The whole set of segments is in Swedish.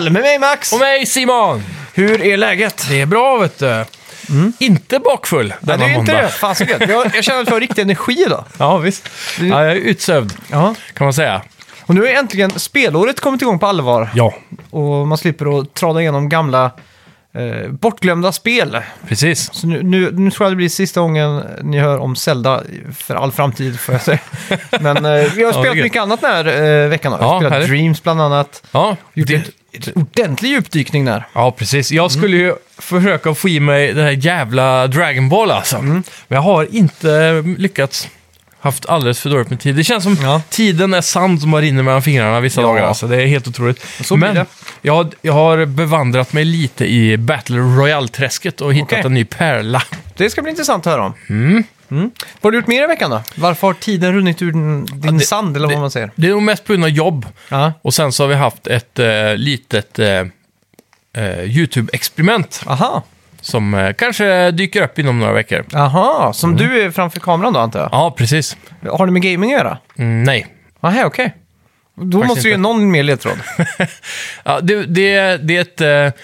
Med mig Max! Och mig Simon! Hur är läget? Mm. Det är bra vet du. Inte bakfull Nej, denna det är ju inte måndag. det. Fan så gött. Jag, jag känner att jag har riktig energi idag. Ja, visst. Mm. Ja, jag är utsövd Ja. kan man säga. Och nu är äntligen spelåret kommit igång på allvar. Ja, Och man slipper att trada igenom gamla eh, bortglömda spel. precis. Så nu, nu, nu tror jag det blir sista gången ni hör om Zelda för all framtid, får jag säga. Men eh, vi har det är spelat gött. mycket annat den här eh, veckan. då. Vi har Ja, spelat härligt. Dreams bland annat. Ja, Gjort det, en ett ordentlig djupdykning där. ja, precis. Jag Mm. skulle ju försöka få i mig den här jävla Dragon Ball alltså. Mm. Men jag har inte lyckats. Haft alldeles för dåligt med tid. Det känns som Ja. tiden är sand som bara rinner mellan fingrarna vissa Ja. dagar. Alltså. Det är helt otroligt. så blir Men det. Jag, har- jag har bevandrat mig lite i Battle Royale-träsket och hittat Okej. en ny pärla. Det ska bli intressant att höra om. Mm. Vad har du gjort mer i veckan då? Varför har tiden runnit ur din, din det- sand, eller vad man säger? Det är nog mest på grund av jobb. Ja. Och sen så har vi haft ett eh, litet eh, eh, YouTube-experiment Aha. som eh, kanske dyker upp inom några veckor. Aha, Mm. som du är framför kameran då antar jag? Ja, precis. Har det med gaming att göra? Mm, nej. Nähä, okej. Då måste du ge inte. någon mer ledtråd. Ja, det, det, det är ett eh,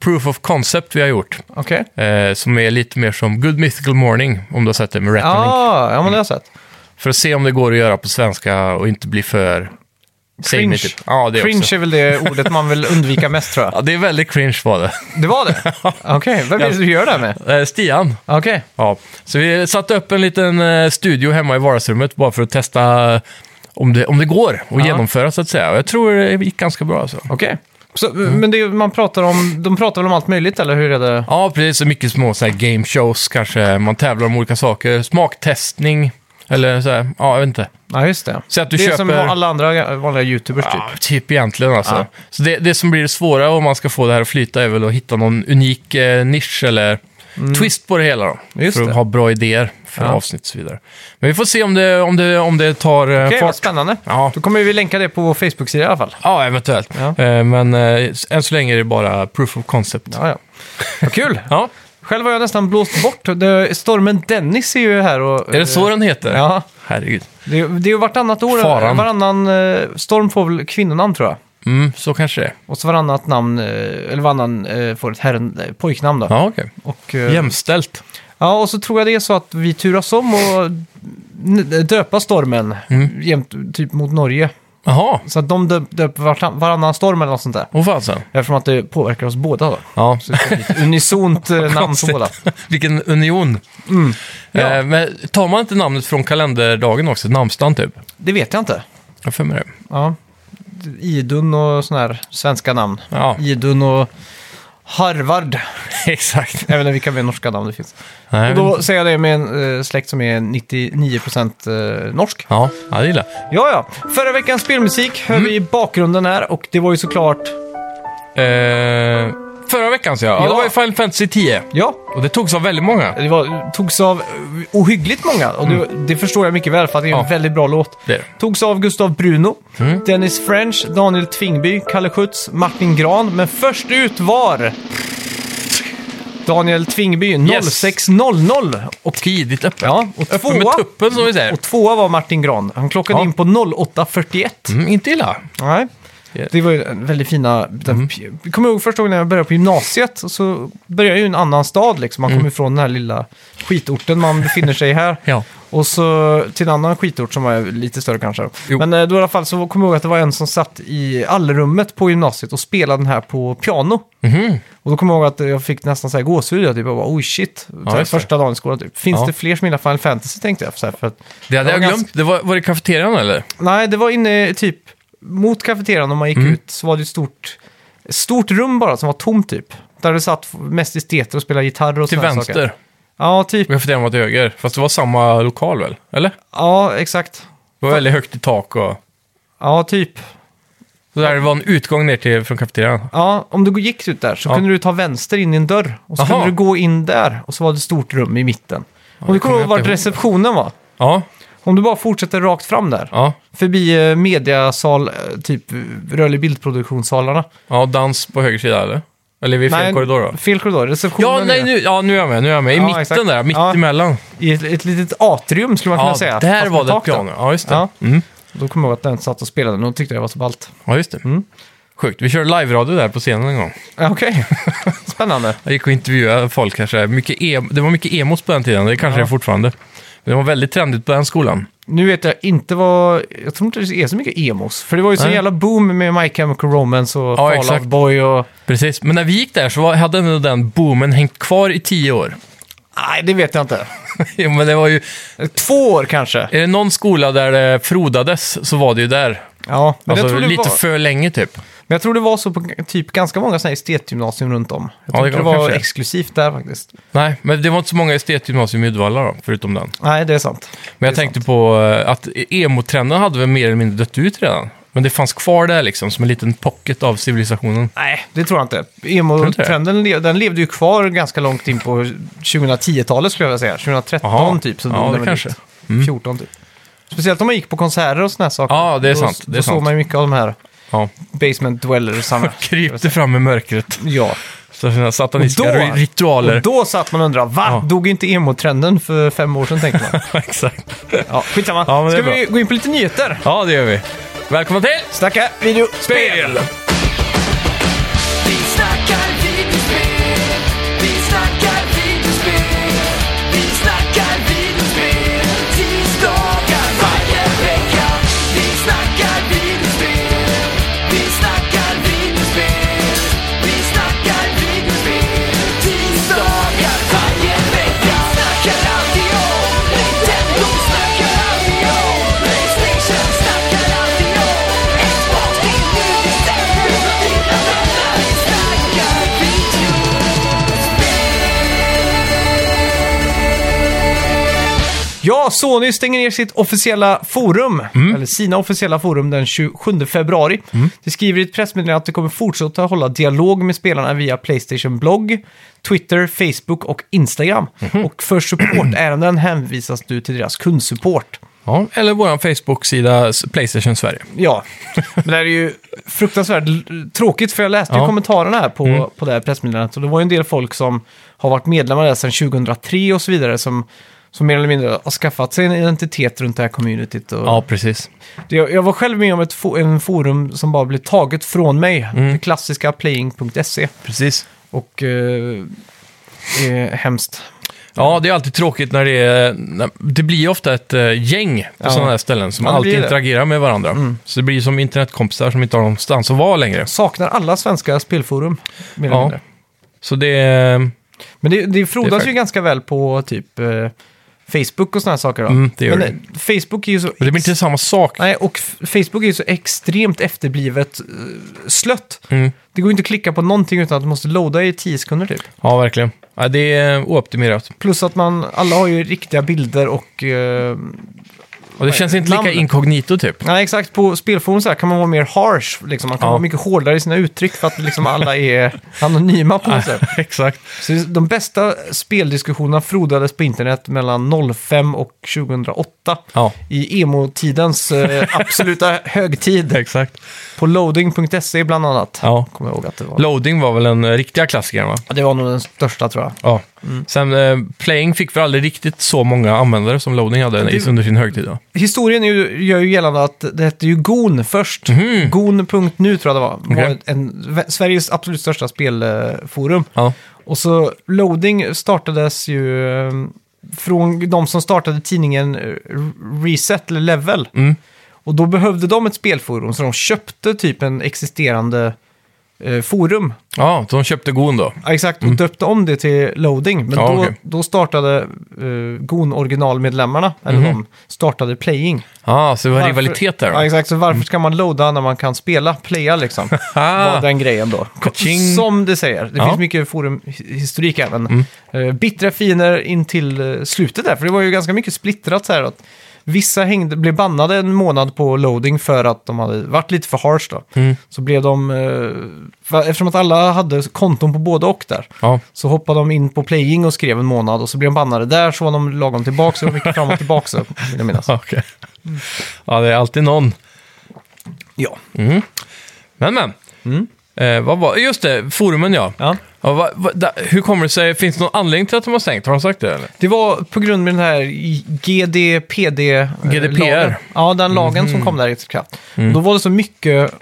proof of concept vi har gjort. Okej. Eh, som är lite mer som Good Mythical Morning, om du har sett det med Rattling. Ah, ja, men det har jag sett. För att se om det går att göra på svenska och inte bli för... samey, Cringe. typ. Ja, det cringe också. är väl det ordet man vill undvika mest tror jag. Ja, det är väldigt cringe var det. Det var det? Okej, vem är det du gör det här med? Eh, Stian, Okej. Ja, så vi satte upp en liten eh, studio hemma i vardagsrummet bara för att testa om det, om det går att genomföra så att säga. Och jag tror det gick ganska bra alltså. Okej. Så, Mm. Men det, är- man pratar om, de pratar väl om allt möjligt, eller hur är det? Ja, precis. Så mycket små så här, game shows kanske. Man tävlar om olika saker. Smaktestning. Eller så här, ja, jag vet inte. Ja, just det. Så att du det är köper... som alla andra vanliga YouTubers typ. Ja, typ egentligen alltså. Ja. Så det, det som blir det svåra om man ska få det här att flyta är väl att hitta någon unik eh, nisch eller twist på det hela då. Mm. Just för att det. ha bra idéer för Ja. avsnitt och så vidare. Men vi får se om det, om det, om det tar eh, Okej, vad fart. spännande. Ja. Då kommer vi länka det på vår Facebook-sida i alla fall. Ja, eventuellt. Ja. Eh, Men eh, än så länge är det bara proof of concept. Ja, ja. Vad kul! Ja, Själv har jag nästan blåst bort. Det, stormen Dennis är ju här och... eh, är det så den heter? Ja, Herregud. det, det är ju vartannat år. Faran. Varannan eh, storm får väl kvinnonamn tror jag. Mm, så kanske det är. Och så varannat namn, eh, eller varannan eh, får ett herren, eh, pojknamn då. Ja, okej. Och, eh, Jämställt. ja, och så tror jag det är så att vi turas om och n- eh, döpa stormen Mm. jämt, typ mot Norge. Jaha, Så att de döp- döper vartan- varannan storm eller något sånt där. åh fasen. Eftersom att det påverkar oss båda då. Ja, Så det ska bli ett unisont eh, namn på Konstigt. båda. vilken union. Mm. Ja. Eh, men tar man inte namnet från kalenderdagen också? Namnsdagen typ? Det vet jag inte. Jag för mig det. Ja. Idun och sådana här svenska namn. Ja, Idun och Harvard. exakt. Jag vet inte vilka mer norska namn det finns. Nej, Och men- då säger jag det med en eh, släkt som är 99% eh, norsk. Ja, ja, det gillar Ja, ja. Förra veckans spelmusik hör vi i bakgrunden här och det var ju såklart... jag. eh, Förra veckan så ja. ja. Ja. Det var ju Final Fantasy 10. Ja, Och det togs av väldigt många. det var, togs av eh, ohyggligt många och det, det förstår jag mycket väl för att det är en Ja. väldigt bra låt. Det är det. Togs av Gustav Bruno, Mm. Dennis French, Daniel Tvingby, Kalle Schütz, Martin Gran. Men först ut var... Daniel Tvingby, 06.00. Och tidigt öppet. Ja, och Öppet med tvåa. tuppen som vi säger. Och tvåa var Martin Gran. Han klockade Ja. in på 08.41. Mm, inte illa. Nej. Yeah. Det var ju en väldigt fina... Mm. Den, Jag kommer ihåg första gången när jag började på gymnasiet och så började jag ju i en annan stad liksom. Man kommer ifrån den här lilla skitorten man befinner sig i här. Mm. Ja. Och så till en annan skitort som var lite större kanske. Jo. Men eh, då i alla fall så kommer jag ihåg att det var en som satt i allrummet på gymnasiet och spelade den här på piano. Mhm. Och då kommer jag ihåg att jag fick nästan så här gåshud. Jag typ jag bara, oj shit. Så här, just det. första dagen i skolan typ. Finns Ja. det fler som gillar Final Fantasy tänkte jag. Så här, för att, Det hade Det jag var glömt. Det var, var det kafeterian eller? Nej, det var inne typ mot kafeterian om man gick Mm. ut så var det ett stort, stort rum bara som var tomt typ. Där det satt mest esteter och spelade gitarr och Till såna här vänster. Saker. Ja, typ. Och kafeterian var till höger. Fast det var samma lokal väl? Eller? Ja, exakt. Det var väldigt högt i tak och... Ja, typ. Så där var en utgång ner till från kafeterian. Ja, om du gick ut där så Ja. kunde du ta vänster in i en dörr och så Aha. kunde du gå in där och så var det ett stort rum i mitten. och du kommer kommer ihåg jag vart inte ihåg. receptionen var. Ja, Om du bara fortsätter rakt fram där, ja. förbi eh, mediasal, eh, typ eh, rörlig bildproduktionssalarna. Ja, dans på höger sida eller? Eller är vi i fel korridor då? fel korridor. Receptionen Ja, nej, är- nu, ja, nu är jag med. Nu är jag med. I Ja, mitten exakt. där, mitt Ja. emellan. I ett, ett litet atrium skulle man kunna Ja, säga. där fast var med det ett tak då. piano. Ja, just det. Ja. Mm. Då kommer jag ihåg att den satt och spelade den och tyckte det var så ballt. Ja, just det. Sjukt. Vi körde live-radio där på scenen en gång. Ja, Okej, spännande. Jag gick och intervjuade folk här. Så här. Mycket em- det var mycket emos på den tiden, det kanske Ja. är fortfarande. Men det var väldigt trendigt på den skolan. Nu vet jag inte vad... Jag tror inte det är så mycket emos. För det var ju så Nej. jävla boom med My Chemical Romance och Fall exakt. Out Boy och... Precis, men när vi gick där så var, hade ändå den boomen hängt kvar i tio år. Nej, det vet jag inte. jo, men det var ju... Två år kanske. Är det någon skola där det frodades så var det ju där. Ja, men, jag Alltså tror det lite var, för länge typ. men jag tror det var så på g- typ ganska många sådana här estetgymnasium runt om. Jag tror det inte det kan- var kanske är. exklusivt där faktiskt. Nej, men det var inte så många estetgymnasium i Uddevalla då, förutom den. Nej, det är sant. Men jag Det är tänkte på eh, att emo-trenden hade väl mer eller mindre dött ut redan. Men det fanns kvar där liksom, som en liten pocket av civilisationen. Nej, det tror jag inte. du inte det? Emo-trenden le- den levde ju kvar ganska långt in på 2010-talet skulle jag vilja säga. 2013 Jaha. typ. Så Ja, dog den det väl kanske. Mm. ut. 14 typ. Speciellt om man gick på konserter och såna här saker. Ja, det är Då- sant. Det Då är såg sant. man ju mycket av de här Ja. basement dwellers. Kryp dig fram i mörkret. ja. Så sina satanistiska Och då- ri- ritualer. Och då satt man och undrade, va? Ja. Dog inte emo-trenden för fem år sedan tänkte man. Exakt. Ja, skitsamma. Ja, men det Ska är vi gå in på lite nyheter? Ja, det gör vi. Välkomna till Snacka videospel! Spel! Vi snackar videospel, vi snackar videospel, vi snackar videospel, tisdagar varje vecka. Vi snackar videospel, vi snackar videospel, vi snackar videospel, tisdagar varje vecka. Snackar alltid om Nintendo, snackar alltid om Playstation, snackar alltid om Xbox, det är nu vi sätter dina vänner. Vi snackar videospel. Ja, Sony stänger ner sitt officiella forum, eller sina officiella forum den 27 februari. Det skriver i ett pressmeddelande att det kommer fortsätta hålla dialog med spelarna via Playstation blogg, Twitter, Facebook och Instagram. Och för supportärenden hänvisas du till deras kundsupport. Ja, eller vår Facebook-sida s- Playstation Sverige. Ja, men det här är ju fruktansvärt l- tråkigt för jag läste ju Ja. kommentarerna här på, på det här pressmeddelandet och det var ju en del folk som har varit medlemmar där sedan 2003 och så vidare som, som mer eller mindre har skaffat sig en identitet runt det här communityt. Och Ja, precis. det, jag, jag var själv med om ett fo- en forum som bara blev taget från mig, Mm. det klassiska playing.se Precis. och eh, det är hemskt. Ja, det är alltid tråkigt när det är... när- Det blir ju ofta ett eh, gäng på Ja. sådana här ställen som Ja, det alltid blir det. Mm. interagerar med varandra. Så det blir som internetkompisar som inte har någonstans att vara längre. Saknar alla svenska spelforum, mer eller Ja. mindre. Så det eh, är... Men det, det Det är frodas fair. ju ganska väl på typ eh, Facebook och sådana här saker. Då. Mm, det gör Men det. eh, Facebook är ju så... Det blir inte samma sak. Nej, och f- Facebook är ju så extremt efterblivet eh, slött. Mm. Det går ju inte att klicka på någonting utan att du måste loada i 10 sekunder typ. Ja, verkligen. Ja, det är eh, ooptimerat. Plus att man, alla har ju riktiga bilder och... Eh, Och det känns inte lika namnet? inkognito typ. nej, exakt. På spelforum så här kan man vara mer harsh. Liksom. Man kan Ja. vara mycket hårdare i sina uttryck för att liksom alla är anonyma på något sätt. Exakt. Så de bästa speldiskussionerna frodades på internet mellan 05 och 2008. Ja, i emo-tidens eh, absoluta högtid. exakt. På loading.se bland annat. Ja. Kommer jag ihåg att det var. Loading var väl den eh, riktiga klassikern, va? Det var nog den största tror jag. Ja. Mm. Sen, eh, Playing fick väl aldrig riktigt så många användare som Loading hade i- under sin högtid. Då. Historien är ju, gör ju gällande att det hette ju Gon först. Gon.nu tror jag det var. var Okej. en, vä- Sveriges absolut största spelforum. Ja. Och så loading startades ju eh, från de som startade tidningen eh, Reset eller Level. Mm. Och då behövde de ett spelforum så de köpte typ en existerande eh, forum. ja, så de köpte Goon då. Ja, exakt, och döpte om det till Loading. Men Mm. Ja, då, okej. då startade eh, Gon originalmedlemmarna, eller Mhm. de, startade Playing. Ja, så det var Varför- rivalitet där Ja, då. exakt. Så varför ska man loada när man kan spela, playa liksom? var Ah, den grejen då. Kaching. Som det säger. Det Ja. Mm. finns mycket forumhistorik även. Eh, bittra fiender in till eh, slutet där, för det var ju ganska mycket splittrat så här. Att vissa hängde, blev bannade en månad på loading för att de hade varit lite för harsh då. Mm. Så blev de, eh, va- eftersom att alla hade konton på både och där, ja. så hoppade de in på playing och skrev en månad och så blev de bannade där, så var de lagom tillbaka, så de gick fram och tillbaka, så, vill jag minnas. Ja, okej. Ja, det är alltid någon. Ja. Men, men. Eh, vad var, just det, forumen ja. Mm. ja. ja vad- vad- da, hur kommer det sig, finns det någon anledning till att de har stängt? Har de sagt det eller? Det var på grund med den här GDPD... eh, GDPR. Mhm. lagen. Ja, den lagen som kom där i kraft. Då var det så mycket att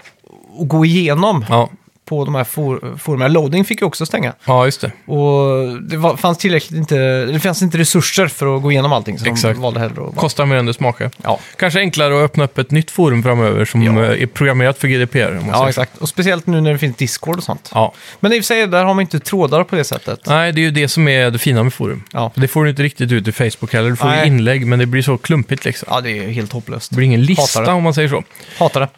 gå igenom Mm. Ja, på de här for, forumen. Loading fick ju också stänga. ja just det. Och det var, fanns tillräckligt inte, det fanns inte resurser för att gå igenom allting. Så Exakt. de valde hellre att... bara- Kostar mer än det smakar. Ja. Kanske enklare att öppna upp ett nytt forum framöver som Ja. eh, är programmerat för GDPR. om man säger så. ja, exakt. Och speciellt nu när det finns Discord och sånt. Ja. Men i och för sig, där har man inte trådar på det sättet. Nej, det är ju det som är det fina med forum. Ja, Det får du inte riktigt ut i Facebook heller. Du får ju Nej. inlägg, men det blir så klumpigt liksom. ja det är helt hopplöst. Det blir ingen lista Mm. Hatar det. om man säger så. Hatar det.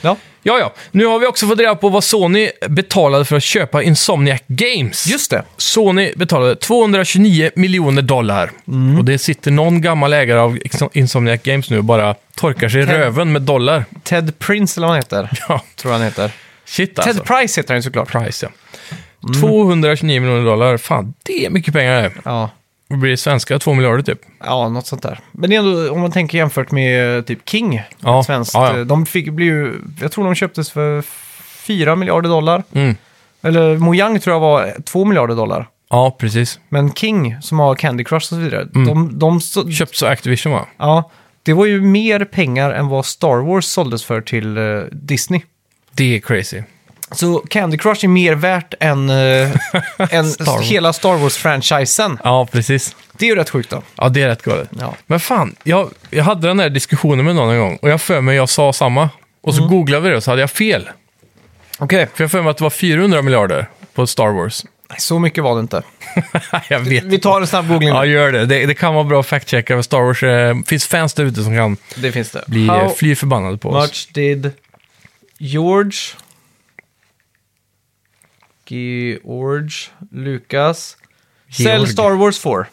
Ja, Ja, ja. Nu har vi också fått reda på vad Sony betalade för att köpa Insomniac Games. just det. Sony betalade 229 miljoner dollar. Och det sitter någon gammal ägare av Exo- Insomniac Games nu och bara torkar sig i Ted. röven med dollar. Ted Prince eller vad han heter. Ja, Tror jag han heter. shit Ted alltså. Price heter han ju såklart. Price, ja. Mm. 229 miljoner dollar. Fan, det är mycket pengar det. Ja. Vad blir det svenska? 2 miljarder typ. ja, något sånt där. Men det är ändå, om man tänker jämfört med eh, typ King, Ja, ett svenskt. ja, ja. eh, De fick, blir ju, jag tror de köptes för 4 miljarder dollar. Mm. Eller Mojang tror jag var 2 miljarder dollar. Ja, precis. Men King, som har Candy Crush och så vidare, Mm. de, de så, Köpts av Activision va? ja, det var ju mer pengar än vad Star Wars såldes för till eh, Disney. Det är crazy. Så Candy Crush är mer värt än, eh, än Star Wars. hela Star Wars-franchisen. Ja, precis. Det är ju rätt sjukt då. Ja, det är rätt galet. Ja. Men fan, jag, jag hade den här diskussionen med någon en gång och jag för mig jag sa samma. Och så googlade vi det och så hade jag fel. Okej, För jag för mig att det var 400 miljarder på Star Wars. Nej, så mycket var det inte. jag vet. Vi tar en snabb googling. Ja, gör det. det. Det kan vara bra att fact-checka. för Star Wars eh, finns fans där ute som kan Det finns det. bli How eh, fly förbannade på oss. much did George... George Lucas sell Georg. Star Wars for?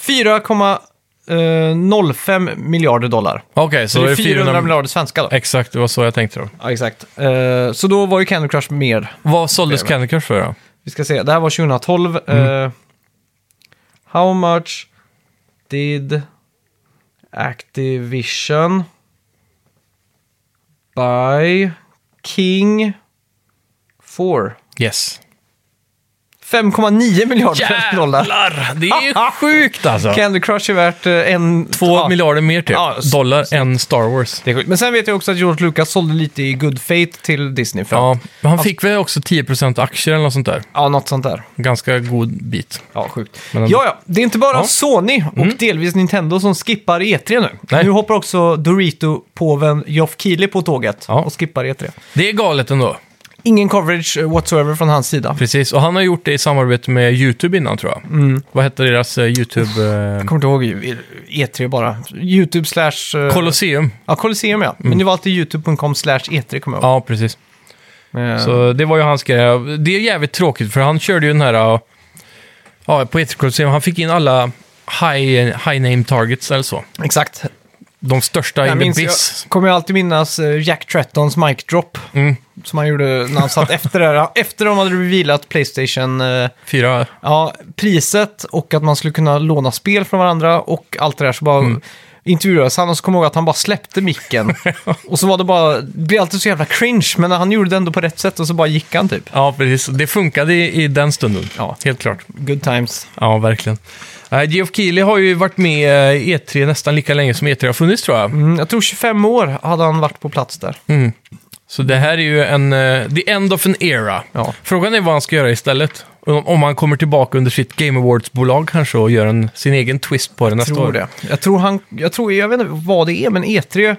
4,05 eh, miljarder dollar. Okej, så Så det är 400, 400 miljarder svenska då. Exakt, det var så jag tänkte då. Ja, exakt. Eh, så då var ju Candy Crush mer. Vad såldes Candy Crush för då? Vi ska se, det här var 2012. Mm. Eh, how much did Activision buy King for? Yes. 5,9 miljarder dollar. Jävlar! Det är ju sjukt alltså! Candy Crush är värt eh, en... Två ja. miljarder mer typ. Ja, s- Dollar än Star Wars. Det är sjukt. Men sen vet jag också att George Lucas sålde lite i good faith till Disney. För ja. Alltså- Ja, men han fick väl också 10% aktier eller något sånt där. ja, något sånt där. Ganska god bit. Ja, sjukt. Men ändå. ja, ja, det är inte bara Ja. Mm. Sony och delvis Nintendo som skippar E3 nu. Nej. Nu hoppar också Dorito-påven Geoff Keighley på tåget Ja. och skippar E3. Det är galet ändå. Ingen coverage eh, whatsoever från hans sida. Jag Precis, och han har gjort det i samarbete med YouTube innan tror jag. Mm. Vad hette deras eh, YouTube... Eh, kommer inte ihåg ju, E3 bara. YouTube slash... eh, Colosseum. Mm. Ja, Colosseum ja. Men det var alltid youtube.com slash E3 kommer jag ihåg. Ja, precis. Eh, Så det var ju hans grej. Det är jävligt tråkigt för han körde ju den här... eh, Ja, på E3 Colosseum. Han fick in alla high, high name targets eller så. Exakt. De största Jag in minns, the jag biz. kommer jag alltid minnas eh, Jack Trettons mic drop. Mm. Som han gjorde när han satt efter det här. Efter de hade revealat Playstation... eh, Fyra... Ja, priset och att man skulle kunna låna spel från varandra och allt det där. Så bara intervjuades han och så kom jag ihåg att han bara släppte micken. och så var det bara, det blev alltid så jävla cringe, men han gjorde det ändå på rätt sätt och så bara gick han typ. Ja, precis. Det funkade i, i den stunden. Ja. Helt klart. Good times. Ja, verkligen. Eh, Geoff Keighley har ju varit med i E3 nästan lika länge som E3 har funnits tror jag. Mm, jag tror 25 år hade han varit på plats där. Så det här är ju en... eh, the end of an era. Ja. Frågan är vad han ska göra istället. Om, om han kommer tillbaka under sitt Game Awards-bolag kanske och gör en, sin egen twist på det nästa tror år. det. Jag tror han, jag tror, jag vet inte vad det är, men E3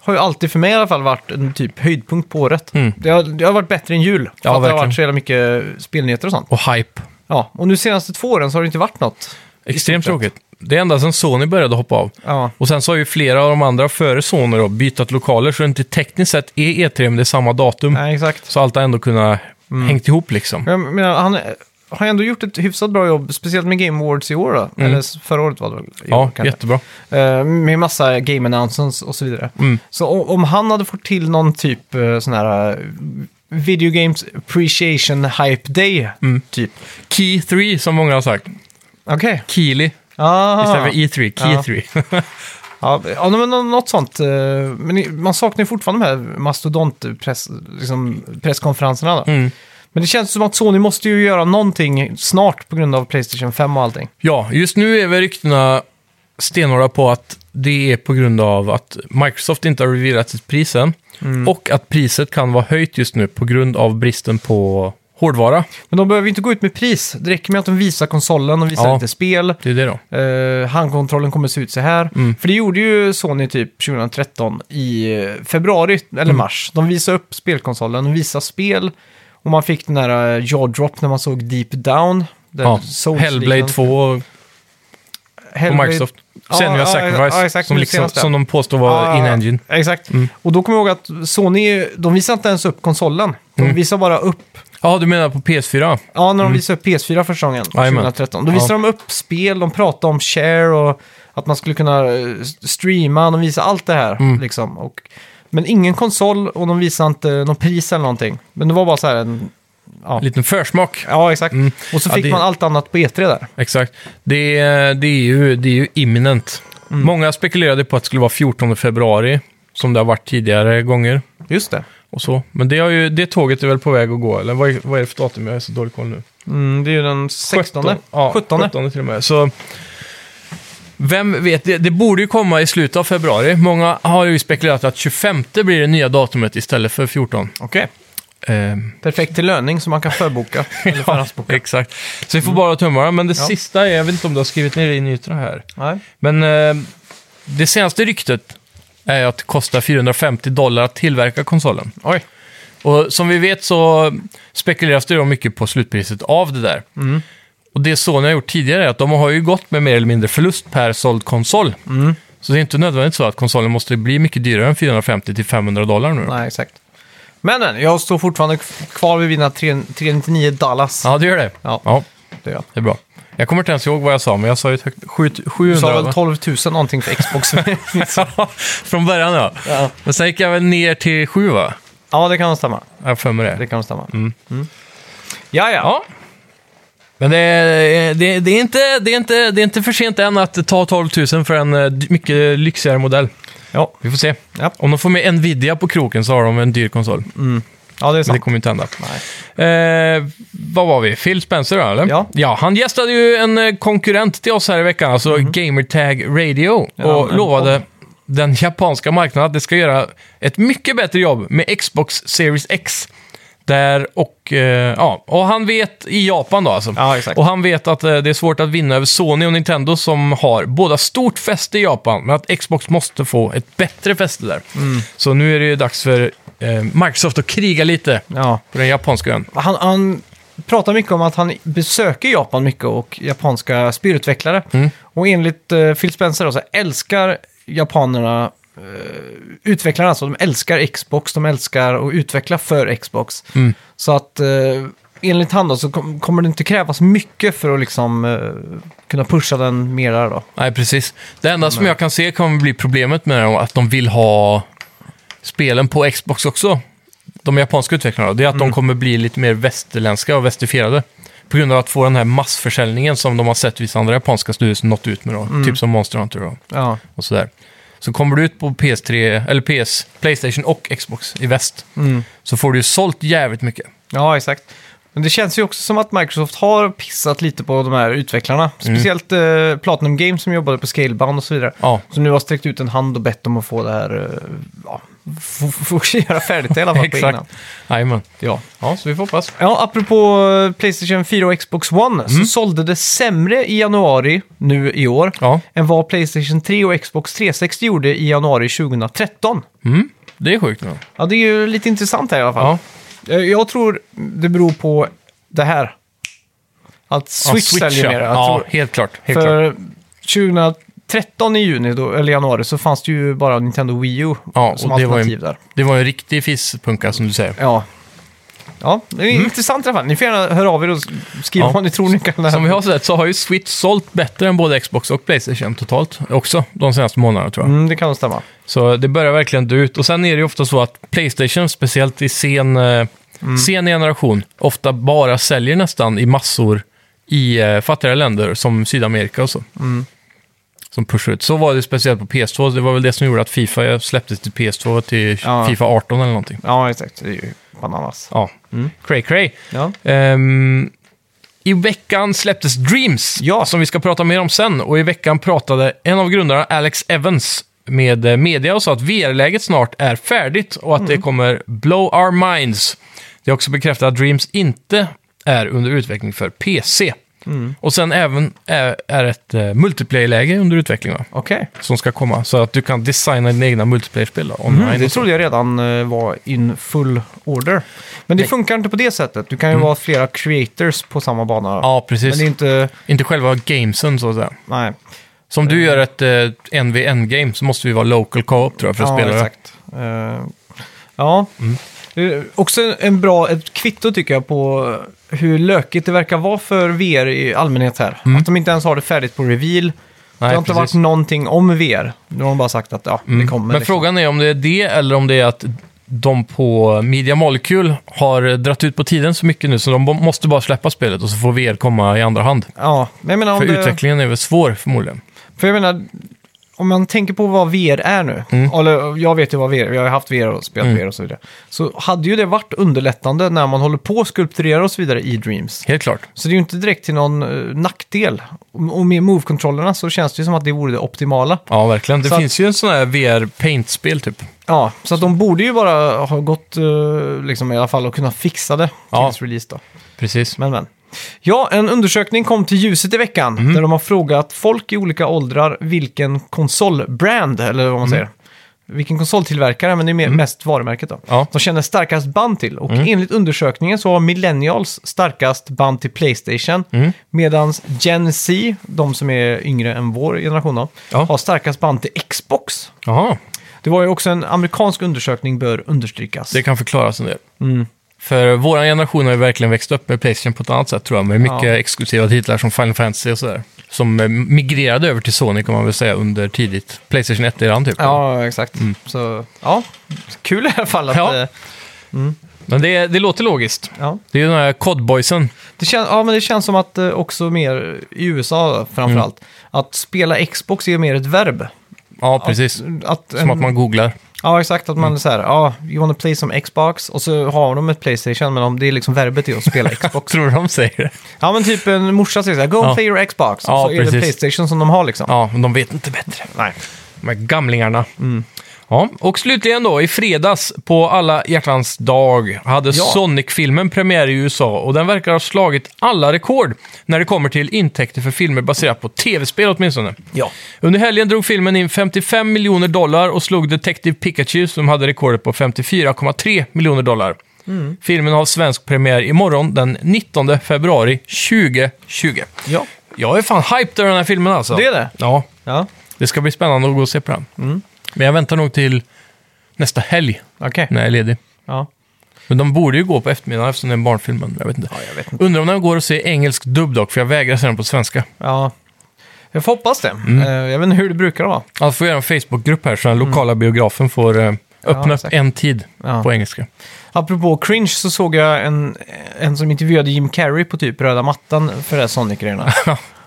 har ju alltid för mig i alla fall varit en typ höjdpunkt på året. Det, har, det har varit bättre än jul. För att det har verkligen. varit så jävla mycket spelnyheter och sånt. Och hype. Ja, och nu senaste två åren så har det inte varit något. Extremt tråkigt. Det är ända sedan Sony började hoppa av. Ja. Och sen så har ju flera av de andra före Sony då bytt lokaler, så det inte tekniskt sett är E3, men det är samma datum. Nej, Mm. exakt. Så allt har ändå kunnat hängt ihop liksom. Jag menar, han eh, har ändå gjort ett hyfsat bra jobb, speciellt med Game Awards i år då. Eller s- förra året var det väl? I år Mm. Ja, kanske. jättebra. Eh, Med massa game announcements och så vidare. Mm. Så o- om han hade fått till någon typ eh, sån här eh, Video Games Appreciation Hype Day, Mm. typ. Key 3 som många har sagt. Okej. Keely istället Ah. för E3. Key Ja. 3. Ja, ja, men nå- något sånt. eh, Men i- man saknar ju fortfarande de här mastodontpresskonferenserna. Liksom, presskonferenserna då. Mm. Men det känns som att Sony måste ju göra någonting snart på grund av Playstation 5 och allting. ja, just nu är väl ryktena stenhårda på att det är på grund av att Microsoft inte har revealat sitt pris än. Mm. Och att priset kan vara höjt just nu på grund av bristen på hårdvara. Men de behöver ju inte gå ut med pris. Det räcker med att de visar konsolen och visar Ja. lite spel. Det är det då. Eh, handkontrollen kommer se ut så här. Mm. För det gjorde ju Sony typ 2013 i eh, februari eller Mm. mars. De visade upp spelkonsolen, de visade spel och man fick den där eh, jaw drop när man såg Deep Down. den Ja. Souls-liknande- Hellblade 2 på Hellblade- Microsoft. Ja, Sen ja, ja, Sacrifice, ja, exakt, som, nu liksom, senast, ja. som de påstår var Ja, ja, ja. in-engine. Mm. Exakt. Och då kommer jag ihåg att Sony, de visade inte ens upp konsolen. De Mm. visade bara upp, Ja, du menar på PS4? ja när de visade upp PS4 första gången, Jajamän. 2013. Då visade Ja. de upp spel, de pratade om share och att man skulle kunna eh, streama, de visade allt det här. Liksom. Och, men ingen konsol och de visade inte någon pris eller någonting. Men det var bara så här en... Ja, En liten försmak. Mm. ja exakt. Och så Ja, fick det- man allt annat på E3 där. Exakt. Det, är- det, är ju, det är ju imminent. Mm. Många spekulerade på att det skulle vara 14 februari, som det har varit tidigare gånger. Just det. Och så. Men det, har ju, det tåget är väl på väg att gå, eller vad är, vad är det för datum? Jag är så dålig koll nu. Mm, det är ju den 16. 17, ja, 17. 17 till och med. Så, vem vet, det, det borde ju komma i slutet av februari. Många har ju spekulerat att 25 blir det nya datumet istället för 14. Okej. Ehm, Perfekt till löning som man kan förboka. eller förhandsboka. exakt. Så vi får bara tummarna. Men det Ja. sista, är, jag vet inte om du har skrivit ner det i nyheterna här. Nej. Men eh, det senaste ryktet är att det kostar 450 dollar att tillverka konsolen. Oj. Och som vi vet så spekuleras det då mycket på slutpriset av det där. Och det Sony har gjort tidigare är att de har ju gått med mer eller mindre förlust per såld konsol. Så det är inte nödvändigt så att konsolen måste bli mycket dyrare än 450 till 500 dollar nu. Nej, exakt. Men, men jag står fortfarande kvar vid mina 3, 399 Dallas. Ja, det gör det. Ja. ja, Det gör jag. det är bra. Jag kommer inte ens ihåg vad jag sa, men jag sa ju ett högt, sju- 700. Du sa va? väl 12 000 någonting för Xbox? Ja, Från början ja. Ja. Men sen gick jag väl ner till 7 va? ja, det kan nog stämma. Jag har för mig Det kan nog stämma. Mm. Ja, ja. Ja. Men det är, det, det, är inte, det, är inte, det är inte för sent än att ta 12 000 för en eh, dy- mycket lyxigare modell. Ja, Vi får se. ja. Om de får med Nvidia på kroken så har de en dyr konsol. Men ja det är det sant. kommer inte hända. Nej. Eh, vad var vi? Phil Spencer då, eller? Ja. ja. Han gästade ju en eh, konkurrent till oss här i veckan, alltså Gamertag Radio, Mhm. Ja, och men- lovade den japanska marknaden att det ska göra ett mycket bättre jobb med Xbox Series X. Där och, eh, ja, och han vet, i Japan då alltså. Ja, exakt. Och han vet att eh, det är svårt att vinna över Sony och Nintendo som har båda stort fäste i Japan, men att Xbox måste få ett bättre fäste där. Mm. Så nu är det ju dags för eh, Microsoft att kriga lite Ja. på den japanska ön. Han, han pratar mycket om att han besöker Japan mycket och japanska spelutvecklare. Och enligt eh, Phil Spencer då, så älskar japanerna eh, utvecklarna, alltså de älskar Xbox, de älskar att utveckla för Xbox. Så att eh, enligt han då så kom, kommer det inte krävas mycket för att liksom eh, kunna pusha den mer där då. Nej, precis. Det enda som jag kan se kommer bli problemet med dem, att de vill ha spelen på Xbox också. De japanska utvecklarna, det är att de kommer bli lite mer västerländska och västerfierade. På grund av att få den här massförsäljningen som de har sett vissa andra japanska studios nått ut med då. Typ som Monster Hunter och, Ja, och sådär. Så kommer du ut på PS3, eller PS, Playstation och Xbox i väst, så får du ju sålt jävligt mycket. Mm. ja exakt. Men det känns ju också som att Microsoft har pissat lite på de här utvecklarna. Speciellt eh, Platinum Games som jobbade på Scalebound och så vidare. Mm. Ja, Så nu har sträckt ut en hand och bett om att få det här, eh, ja, få, få få göra färdigt i alla fall på Exakt. innan. jajamän. Ja. Ja, så vi får hoppas. ja, apropå eh, Playstation 4 och Xbox One Mm. så sålde det sämre i januari nu i år Ja, än vad Playstation 3 och Xbox 360 gjorde i januari 2013. mm. det är sjukt. Ja. Ja, det är ju lite intressant här i alla fall. Ja. Eh, Jag tror det beror på det här. Att Switch, ja, säljer mer. Jag Ja, tror. helt klart. Helt klart. För 2013 i juni, då, eller januari, så fanns det ju bara Nintendo Wii U Ja, som och det var ju- alternativ där. Det var en riktig fisspunka som du säger. Ja. Ja, det är intressant i alla fall. Ni får gärna höra av er och sk- skriva Mm. Ja. vad ni tror ni kan... Som vi har sett så har ju Switch sålt bättre än både Xbox och Playstation totalt också de senaste månaderna tror jag. Mm, det kan nog stämma. Så det börjar verkligen dö ut. Och sen är det ju ofta så att Playstation, speciellt i sen, eh, sen generation, ofta bara säljer nästan i massor i eh, fattigare länder som Sydamerika och så. Som pushar ut. Så var det speciellt på PS2. Det var väl det som gjorde att Fifa släpptes till PS2 till Ja. Fifa 18 eller någonting. Mm. Ja, exakt. Det är ju bananas. Ja, cray cray. Ja. Ehm, I veckan släpptes Dreams, Ja. som vi ska prata mer om sen. Och i veckan pratade en av grundarna, Alex Evans, med eh, media och sa att VR-läget snart är färdigt och att Mm. det kommer blow our minds. Det är också bekräftat att Dreams inte är under utveckling för PC. Mm. Och sen även är, är ett eh, multiplayer-läge under utveckling, va? Okej. Som ska komma, så att du kan designa dina egna multiplayer-spel då, online. Mm, det och så. trodde jag redan eh, var in full order. Men det funkar inte på det sättet. Du kan ju vara flera creators på samma bana. Mm. Ja, precis. Men det är inte... Inte själva gamesen, så att säga. Nej. Som du gör ett eh, NVN-game så måste vi vara local co-op tror jag för att ja, spela det. Mm. exakt. Eh, ja. Det är också en bra, ett kvitto tycker jag på hur lökigt det verkar vara för VR i allmänhet här. Att de inte ens har det färdigt på reveal. det har Mm. inte Nej, precis. Mm. varit någonting om VR. Nu har de bara sagt att ja, det kommer. Men liksom. frågan är om det är det eller om det är att de på Media Molecule har eh, dratt ut på tiden så mycket nu så de bo- måste bara släppa spelet och så får VR komma i andra hand. Ja, men jag menar om För det... utvecklingen är väl svår förmodligen. För jag menar, om man tänker på vad VR är nu, Mm. eller jag vet ju vad VR är, jag har haft VR och spelat VR och så vidare. Så hade ju det varit underlättande när man håller på att skulpturera och så vidare i Dreams. Helt klart. Så det är ju inte direkt till någon eh, nackdel. Och och med move-kontrollerna så känns det ju som att det vore det optimala. Ja, verkligen. Det Så att- finns ju en sån här VR Paint-spel typ. Ja, så att de borde ju bara ha gått, eh, liksom i alla fall, och kunna fixa det Ja. tills release då. Precis. Men, men. Ja, en undersökning kom till ljuset i veckan Mhm. där de har frågat folk i olika åldrar vilken konsolbrand, eller Mhm. vad man säger, vilken konsoltillverkare, men det är mer- mest varumärket då, Ja. Mhm. de känner starkast band till. Och enligt undersökningen så har millennials starkast band till Playstation, Mhm. medan Gen Z, de som är yngre än vår generation då, Ja. har starkast band till Xbox. Jaha, Det var ju också en amerikansk undersökning, bör understrykas. det kan förklaras en del. För vår generation har ju verkligen växt upp med Playstation på ett annat sätt tror jag, med mycket Ja. exklusiva titlar som Final Fantasy och sådär. Som eh, migrerade över till Sony kan man väl säga under tidigt Playstation 1-eran typ. Ja, exakt. Så, ja, kul i alla fall att... Ja. eh, Men det, det låter logiskt. Ja. Det är ju den här Codboysen. Det kän, ja, men det känns som att eh, också mer i USA framförallt, Mm. att spela Xbox är mer ett verb. Ja, precis. Att, Som en- att man Mm. googlar. Ja, exakt. Att man är så här, ja, you wanna play som Xbox? Och så har de ett Playstation, men om det är liksom verbet är att spela Xbox. Tror du de säger det? ja, men typ en morsa säger så här, go and Ja. play your Xbox. Och Ja, så är det precis. Playstation som de har liksom. Ja, men de vet inte bättre. Nej. Mm. De här gamlingarna. Ja, och slutligen då, i fredags på alla hjärtans dag hade Ja. Sonic-filmen premiär i USA och den verkar ha slagit alla rekord när det kommer till intäkter för filmer baserat på tv-spel åtminstone. Ja. Under helgen drog filmen in 55 miljoner dollar och slog Detective Pikachu som hade rekordet på 54,3 miljoner dollar. Mm. Filmen har svensk premiär imorgon den 19 februari 2020. Ja. Jag är fan hyped över den här filmen alltså. Det Mm. är det? Ja, Ja, det ska bli spännande att gå och se på den. Men jag väntar nog till nästa helg okej. när jag är ledig. Ja. Men de borde ju gå på eftermiddagen eftersom det är en barnfilm. men Jag vet inte. jag vet Undrar om den går att se engelsk dubb dock, för jag vägrar se den på svenska. ja. Jag får hoppas det. Mm. Eh, Jag vet inte hur det brukar vara. Alltså får jag göra en Facebookgrupp här så den lokala biografen får eh, öppna upp Mm. exakt. en tid Ja. på engelska. Apropå cringe så såg jag en, en som intervjuade Jim Carrey på typ röda mattan för det här Sonic-grejerna.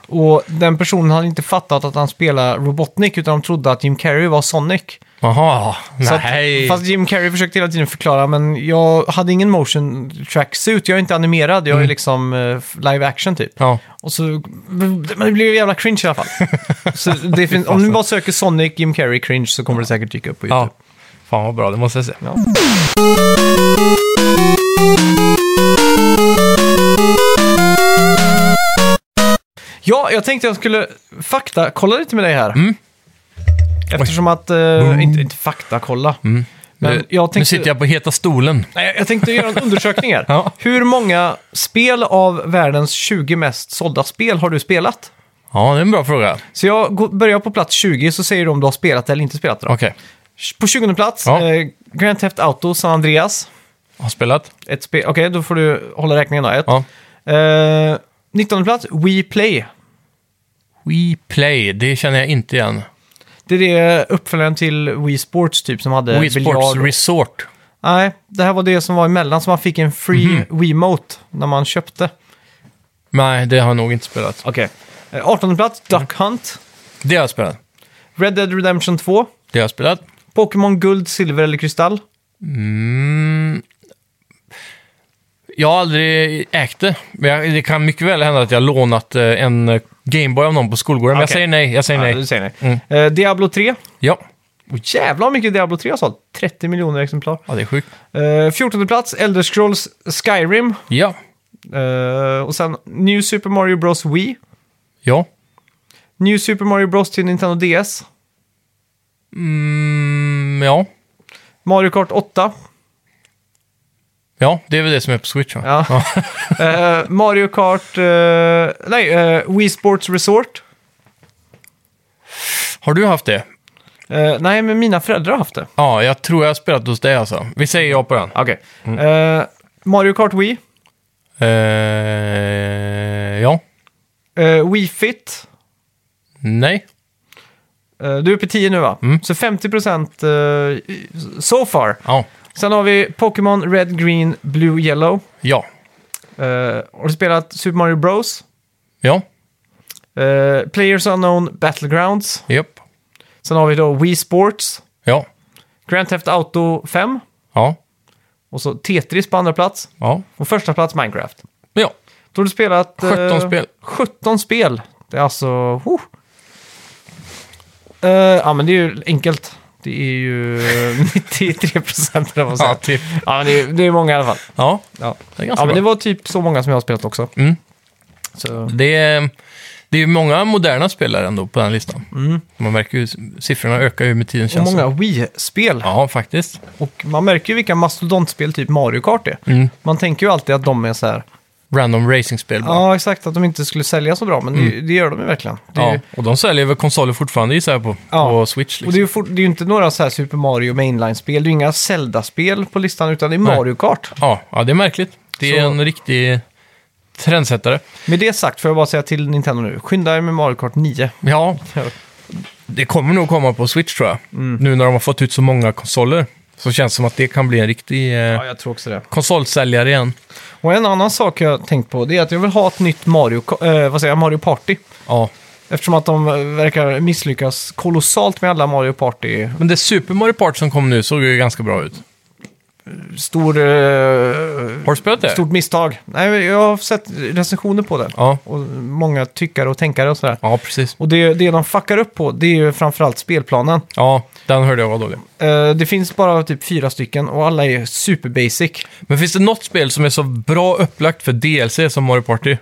och den personen hade inte fattat att han spelade Robotnik utan de trodde att Jim Carrey var Sonic. Jaha, Så nej. Att, fast Jim Carrey försökte hela tiden förklara, men jag hade ingen motion track suit. Jag är inte animerad, jag Mm. är liksom eh, live action typ. Ja, Och så, men det blev ju jävla cringe i alla fall. så det finns, om du bara söker Sonic, Jim Carrey, cringe så kommer det säkert dyka upp på YouTube. ja. Fan vad bra, det måste jag se. Ja. Ja, jag tänkte jag skulle fakta kolla lite med dig här. Mm. Eftersom att... eh, inte, inte fakta kolla. Men Mm. Nu- jag Nu tänkte, sitter jag på heta stolen. Nej, jag tänkte göra en undersökning här. Ja. Hur många spel av världens 20 mest sålda spel har du spelat? Ja, det är en bra fråga. Så jag går- börjar på plats 20 så säger du om du har spelat eller inte spelat. det Då. Okej, På 20 plats, Ja. eh, Grand Theft Auto San Andreas. har spelat? Ett spel, okej då får du hålla räkningen då. Ett. Ja. Eh, 19 plats, We Play. We Play, det känner jag inte igen. Det är det uppföljaren till We Sports typ som hade We Sports biljard. Resort. Nej, det här var det som var emellan som man fick en free Mhm. Wiimote när man köpte. Nej, det har jag nog inte spelat. Okej. Eh, 18 plats, Mm. Duck Hunt. Det har jag spelat. Red Dead Redemption 2. Det har jag spelat. Pokémon Guld, Silver eller Kristall. Mm. jag har aldrig ägt det, men jag, det kan mycket väl hända att jag har lånat eh, en eh, Gameboy av någon på skolgården. Men jag Okej. säger nej, jag säger Ja, nej. Mm. du säger nej. Eh, Diablo 3. Ja, Oh, jävlar vad mycket Diablo 3 har sålt. 30 miljoner exemplar. ja det är sjukt. Eh, 14 plats, Elder Scrolls Skyrim. Ja, Eh, och sen New Super Mario Bros Wii. ja. New Super Mario Bros till Nintendo DS. Mm, ja. Mario Kart 8. Ja, det är väl det som är på Switch. va? Ja. Eh, Mario Kart... eh, nej, eh, Wii Sports Resort. Har du haft det? Eh, nej, men mina föräldrar har haft det. Ja, jag tror jag har spelat hos dig alltså. Vi säger ja på den. Okej. Eh, Mario Kart Wii. Eh, ja. Eh, Wii Fit. Nej. Eh, du är uppe i 10 nu va? Så 50 procent eh, so far. Ja. Sen har vi Pokémon Red, Green, Blue, Yellow. Ja. Eh, har du spelat Super Mario Bros? Ja. Eh, Players Unknown Battlegrounds. Japp. Sen har vi då Wii Sports. Ja. Grand Theft Auto 5. Ja. Och så Tetris på andra plats. Ja. Och första plats Minecraft. Ja. Då har du spelat... eh, 17 spel. 17 spel. Det är alltså... Huh. Eh, ja, men det är ju enkelt. Det är ju eh, 93 procent eller vad Ja, man typ. säger. Ja, men det är, det är många i alla fall. Ja. Ja. Det är ja, ganska men det bra. var typ så många som jag har spelat också. Mm. Så, Det är, det är ju många moderna spelare ändå på den listan. Man märker ju, siffrorna ökar ju med tiden Mm. och känns det många som. Wii-spel. Ja, faktiskt. Och man märker ju vilka mastodontspel typ Mario Kart är. Mm. Man tänker ju alltid att de är så här... Random racing-spel bara. Ja, exakt. Att de inte skulle sälja så bra, men det, det gör de ju verkligen. Det är Mm. Ja, ju, och de säljer väl konsoler fortfarande gissar jag på. Ja. På Switch liksom. Och det är, ju fort, det är ju inte några så här Super Mario Mainline-spel, det är ju inga Zelda-spel på listan, utan det är Mario Kart. Ja, ja, det är märkligt. Det är Så- en riktig trendsättare. Med det sagt får jag bara säga till Nintendo nu, skynda er med Mario Kart 9. Ja, Ja. Mm. det kommer nog komma på Switch tror jag. Nu när de har fått ut så många konsoler så känns det som att det kan bli en riktig eh, jag tror också det. konsolsäljare igen. Och en annan sak jag har tänkt på, det är att jag vill ha ett nytt Mario, Ka- eh, vad säger jag, Mario Party. Ja. Eftersom att de eh, verkar misslyckas kolossalt med alla Mario Party. Men det Super Mario Party som kom nu såg ju ganska bra ut. Stor, eh, Har du spelat det? stort misstag. Nej, jag har sett recensioner på det. Ja. Och många tyckare och tänkare och sådär. ja, precis. Och det, det de fuckar upp på, det är ju framförallt spelplanen. Ja, den hörde jag var dålig. Eh, det finns bara typ fyra stycken och alla är super basic. Men finns det något spel som är så bra upplagt för DLC som Mario Party?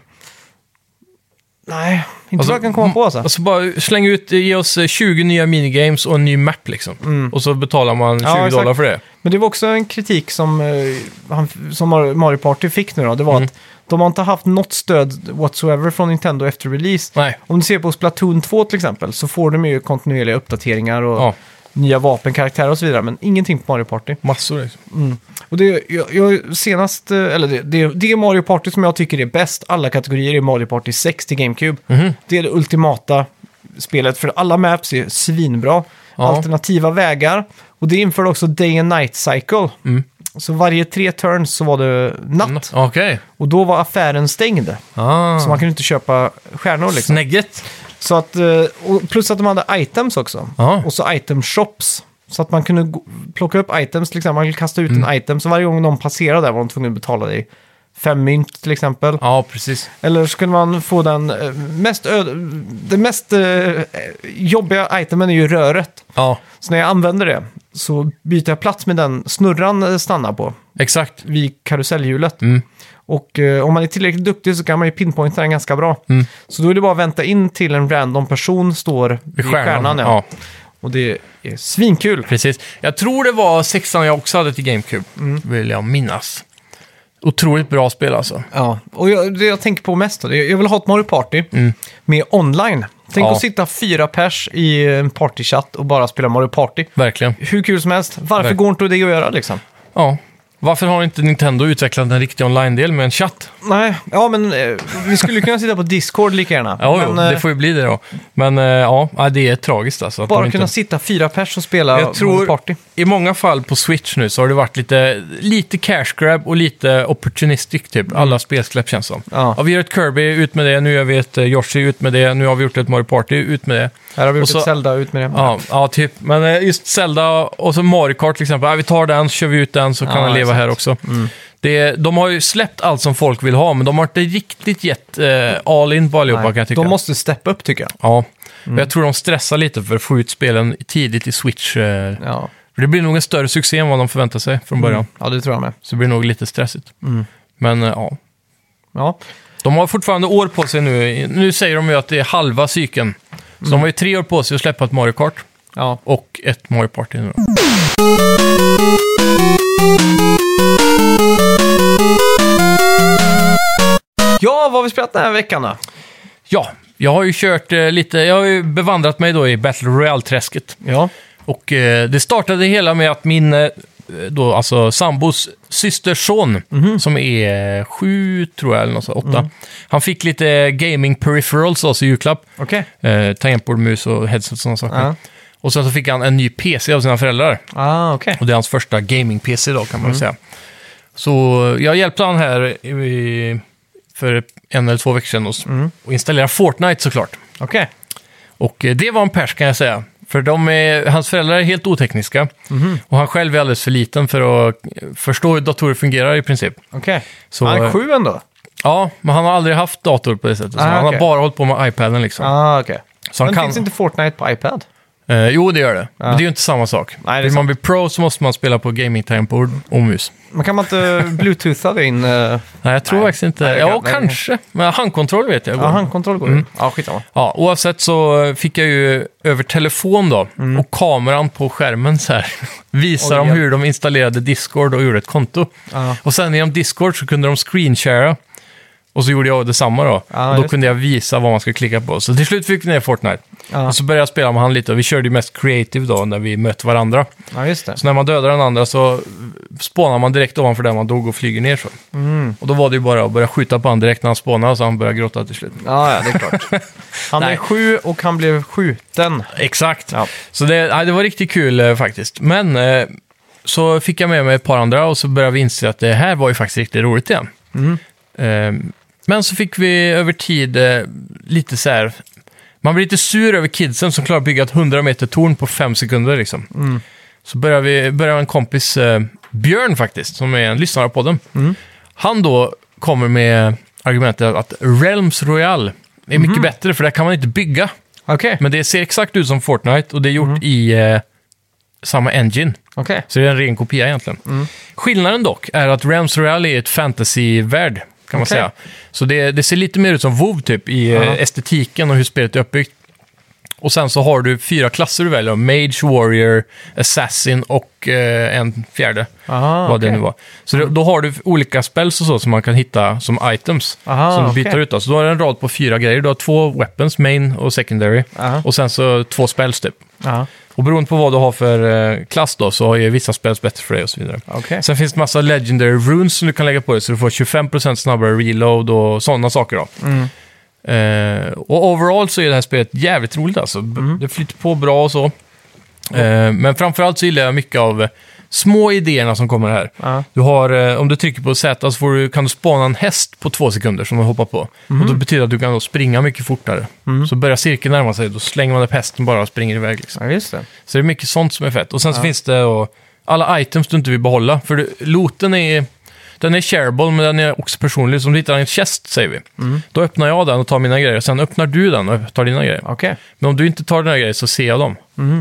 Nej, inte vad jag kan komma på alltså. Alltså bara släng ut, ge oss eh, 20 nya minigames och en ny map liksom. Och så betalar man 20 Mm. Ja, exakt. dollar för det. Men det var också en kritik som, eh, han, som Mario Party fick nu då. Det var Mm. att de har inte haft något stöd whatsoever från Nintendo efter release. Nej. Om du ser på Splatoon 2 till exempel så får de ju kontinuerliga uppdateringar och Ja, nya vapen, karaktärer och så vidare. Men ingenting på Mario Party. massor liksom. Och det, jag, jag senast, eh, eller det, det, det Mario Party som jag tycker är bäst, alla kategorier är Mario Party 6 till GameCube. Det är det ultimata spelet, för alla maps är svinbra. Ja. Alternativa vägar. Och det införde också Day and Night Cycle. Så varje tre turns så var det natt. Okej. Och då var affären stängd. Ah. Så man kunde inte köpa stjärnor liksom. Snägget. Så att, eh, och plus att de hade items också. Ja. Och så item shops. Så att man kunde gå- plocka upp items, till exempel man kunde kasta ut en item. Så varje gång någon passerade där var de tvungna att betala dig fem mynt till exempel. Ja, precis. Eller så kunde man få den eh, mest ö- Det mest eh, jobbiga itemen är ju röret. Ja, Så när jag använder det så byter jag plats med den snurran eh, stannar på exakt. vid karusellhjulet. Mm. Och eh, om man är tillräckligt duktig så kan man ju pinpointa den ganska bra. Mm. Så då är det bara att vänta in till en random person står vid stjärnan. ja. Och det är svinkul. precis. Jag tror det var sexan jag också hade till GameCube, Mm. vill jag minnas. Otroligt bra spel alltså. Ja. Och jag, det jag tänker på mest, då, det är- jag vill ha ett Mario Party med online. Tänk Mm. Ja. att sitta fyra pers i en partychatt och bara spela Mario Party. Verkligen. Hur kul som helst. Varför Verk- går inte det att göra liksom? Ja. Varför har inte Nintendo utvecklat en riktig online-del med en chatt? Nej, ja men eh, vi skulle kunna sitta på Discord lika gärna. Ja, jo, men, eh, det får ju bli det då. Men eh, ja, ja, det är tragiskt alltså. att de bara inte- kunna sitta fyra pers och spela Jag tror- Mario Party. I många fall på Switch nu så har det varit lite, lite cash grab och lite opportunistic typ. Alla spelsläpp känns som. Mm. Ja. vi gör ett Kirby, ut med det. Nu gör vi ett eh, Yoshi, ut med det. Nu har vi gjort ett Mario Party, ut med det. Här har vi Och gjort så- ett Zelda ut med det. Ja, ja, typ. Men eh, just Zelda och så Mario Kart till exempel. Ja, vi tar den, så kör vi ut den, så kan Ja, den leva exakt. Mm. här också. Det, de har ju släppt allt som folk vill ha, men de har inte riktigt gett eh, all in på allihopa kan jag tycka. De måste Mm. steppa upp tycker jag. Ja, och jag tror de stressar lite för att få ut spelen tidigt i Switch. Eh, Ja, för Det blir nog en större succé än vad de förväntade sig från början. Mm. ja det tror jag med. Så det blir nog lite stressigt. Mm. Men eh, ja, Ja, de har fortfarande år på sig nu. Nu säger de ju att det är halva cykeln. Så Mm. de har ju tre år på sig att släppa ett Mario Kart ja. och ett Mario Party nu. då. ja vad har vi spelat den här veckan då? Ja, jag har ju kört eh, lite, jag har ju bevandrat mig då i Battle Royale-träsket. Ja, Och eh, det startade det hela med att min, eh, då alltså sambos systerson, Mhm. som är eh, sju tror jag, eller något sånt, åtta. Han fick lite gaming peripherals av sig i julklapp. okej. Eh, tangentbord, mus och headset och sådana saker. Ja. Och sen så fick han en ny PC av sina föräldrar. Ah, okej. Och det är hans första gaming-PC då, kan Mm. man väl säga. Så jag hjälpte han här i, för en eller två veckor sedan och, Mm. och installera Fortnite såklart. Okej. Och eh, det var en pers kan jag säga. För de är, hans föräldrar är helt otekniska. Mhm. Och han själv är alldeles för liten för att eh, förstå hur datorer fungerar i princip. Okej. Så, Han är eh, sju ändå? Ja, men han har aldrig haft dator på det sättet. Så Ah, Han har okej. bara hållit på med iPaden liksom. Ah, okej. Så han Men kan- finns inte Fortnite på iPad? Eh, jo, det gör det. Men det är ju inte samma sak. Ah. Nej, det är Vill sant. man bli pro så måste man spela på gaming-tangentbord och mus. Men kan man inte bluetootha det in? eh, Nej, jag tror Nej. faktiskt inte. Nej, det kan- ja, nej, det- kanske. Men handkontroll vet jag. Ja, går. handkontroll går ju. Mm. Ja, skitsamma. Ja, oavsett så fick jag ju över telefon då, och kameran på skärmen så här, visar Mm. Oj, de ja. hur de installerade Discord och gjorde ett konto. Ja. Och sen genom Discord så kunde de screenshara. Och så gjorde jag detsamma då. Ja, och då just kunde jag visa vad man skulle klicka på. Så till slut fick vi ner Fortnite. Ja. Och så började jag spela med han lite och vi körde ju mest creative då när vi mötte varandra. Ja, just det. Så när man dödar den andra så spånar man direkt ovanför där man dog och flyger ner så. Och då var det ju bara att börja skjuta på honom direkt när han spånade så han började gråta till slut. Ja, ja, det är klart. Han Nej. är sju och han blev skjuten. Exakt. Ja. Så det, nej, det var riktigt kul eh, faktiskt. Men eh, så fick jag med mig ett par andra och så började vi inse att det här var ju faktiskt riktigt roligt igen. Eh, men så fick vi över tid eh, lite så här... Man blir lite sur över kidsen som klarar att bygga ett 100 meter torn på fem sekunder. Liksom. Så började, vi, började en kompis, eh, Björn faktiskt, som är en lyssnare på podden. Han då kommer med argumentet att Realms Royale är mycket bättre, för där kan man inte bygga. Okej. Men det ser exakt ut som Fortnite och det är Mm. gjort i eh, samma engine. Okej. Så det är en ren kopia egentligen. Mm. Skillnaden dock är att Rams Rally är ett fantasy-värld, kan man Okej. säga. Så det, det ser lite mer ut som WoW typ i eh, Ja. estetiken och hur spelet är uppbyggt. Och sen så har du fyra klasser du väljer. Mage, Warrior, Assassin och eh, en fjärde. Aha, vad Ah, okej. det nu var. Så då, då har du olika spells och så som man kan hitta som items. Aha, som du okej. byter ut. Då. Så då har du en rad på fyra grejer. Du har två weapons, main och secondary. Aha. Och sen så två spells typ. Ja, Och beroende på vad du har för eh, klass då, så är vissa spels bättre för dig och så vidare. okej. Sen finns det massa legendary runes som du kan lägga på dig, så du får 25% snabbare reload och sådana saker då. Mm. Eh, och overall så är det här spelet jävligt roligt alltså. B- Mm. Det flyter på bra och så. Eh, men framförallt så gillar jag mycket av eh, små idéerna som kommer här. Ja. Du har, eh, om du trycker på Z så får du, kan du spana en häst på två sekunder som du hoppar på. Mm. Och det betyder att du kan då springa mycket fortare. Så börjar cirkeln närma sig, då slänger man upp hästen bara och springer iväg. Liksom. Ja, just det. Så det är mycket sånt som är fett. Och sen så finns det och, alla items du inte vill behålla. För du, looten är, den är shareable, men den är också personlig. Så om du hittar en chest, säger vi, då öppnar jag den och tar mina grejer. Sen öppnar du den och tar dina grejer. Okej. Men om du inte tar dina grejer så ser jag dem.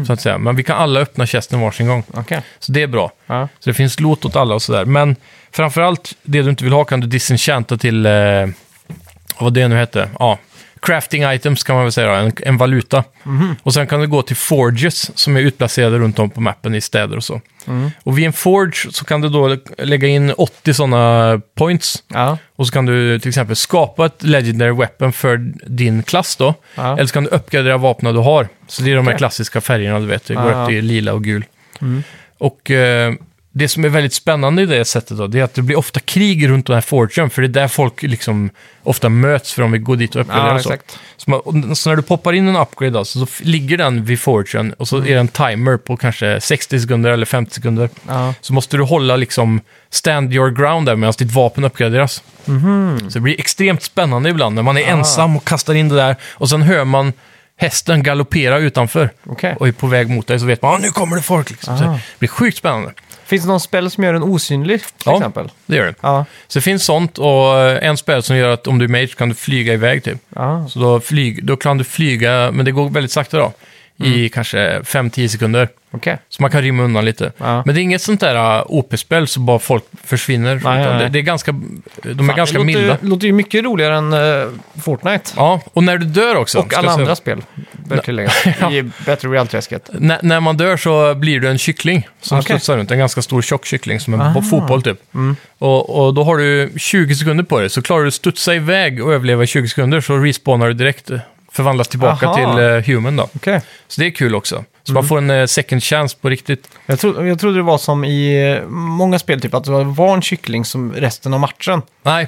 Så att säga. Men vi kan alla öppna chesten varsin gång. Okej. Så det är bra. Ja. Så det finns loot åt alla och sådär. Men framförallt, det du inte vill ha kan du disenchanta till, eh, vad det nu hette, ja. Crafting items kan man väl säga, då, en, en valuta. Och sen kan du gå till forges som är utplacerade runt om på mappen i städer och så. Och vid en forge så kan du då lägga in 80 sådana points. Ja. Och så kan du till exempel skapa ett legendary weapon för din klass då. Ja. Eller så kan du uppgradera vapnen du har. Så det är de här Okej. klassiska färgerna du vet. Det går Ja, upp ja. Mm. till lila och gul. Och eh, det som är väldigt spännande i det sättet då, det är att det blir ofta krig runt den här fortune. För det är där folk liksom ofta möts för de vill gå dit och uppgradera Ja, och så. exakt. Så, man, och- så när du poppar in en upgrade alltså, så f- ligger den vid fortune och Mm. så är det en timer på kanske 60 sekunder eller 50 sekunder. Ja. Så måste du hålla liksom stand your ground där medan ditt vapen uppgraderas. Mhm. Så det blir extremt spännande ibland när man Ah. är ensam och kastar in det där och sen hör man hästen galoppera utanför Okej. och är på väg mot dig så vet man att nu "Ah, kommer det folk. Liksom. Så Ah. det blir sjukt spännande. Finns det någon spel som gör en osynlig, till Ja. exempel? Ah. Det gör det. Ja. Så det finns sånt och eh, en spel som gör att om du är mage kan du flyga iväg typ. ja. Så då, flyg, då kan du flyga, men det går väldigt sakta då. Mm. I kanske 5-10 sekunder. Okej. Så man kan rymma undan lite. Ja. Men det är inget sånt där uh, OP-spel så bara folk försvinner. Nej, Utan nej, det, nej. det är ganska, de är Fan, ganska det låter, milda. låter ju mycket roligare än eh, Fortnite. Ja, och när du dör också. Och ska alla jag säga. andra spel, bör tilläggas. I Battle Royale-träsket. När- när man dör så blir du en kyckling som Okej. studsar runt. En ganska stor tjock kyckling som en Ah. fotboll typ. Och, och då har du 20 sekunder på dig. Så klarar du att studsa iväg och överleva i 20 sekunder så respawnar du direkt. eh, Förvandlas tillbaka Aha. Mm. till eh, human då. Okej. Så det är kul också. Så man får en eh, second chance på riktigt. Jag, tro, jag trodde det var som i eh, många spel, typ att det var en kyckling som resten av matchen. Nej.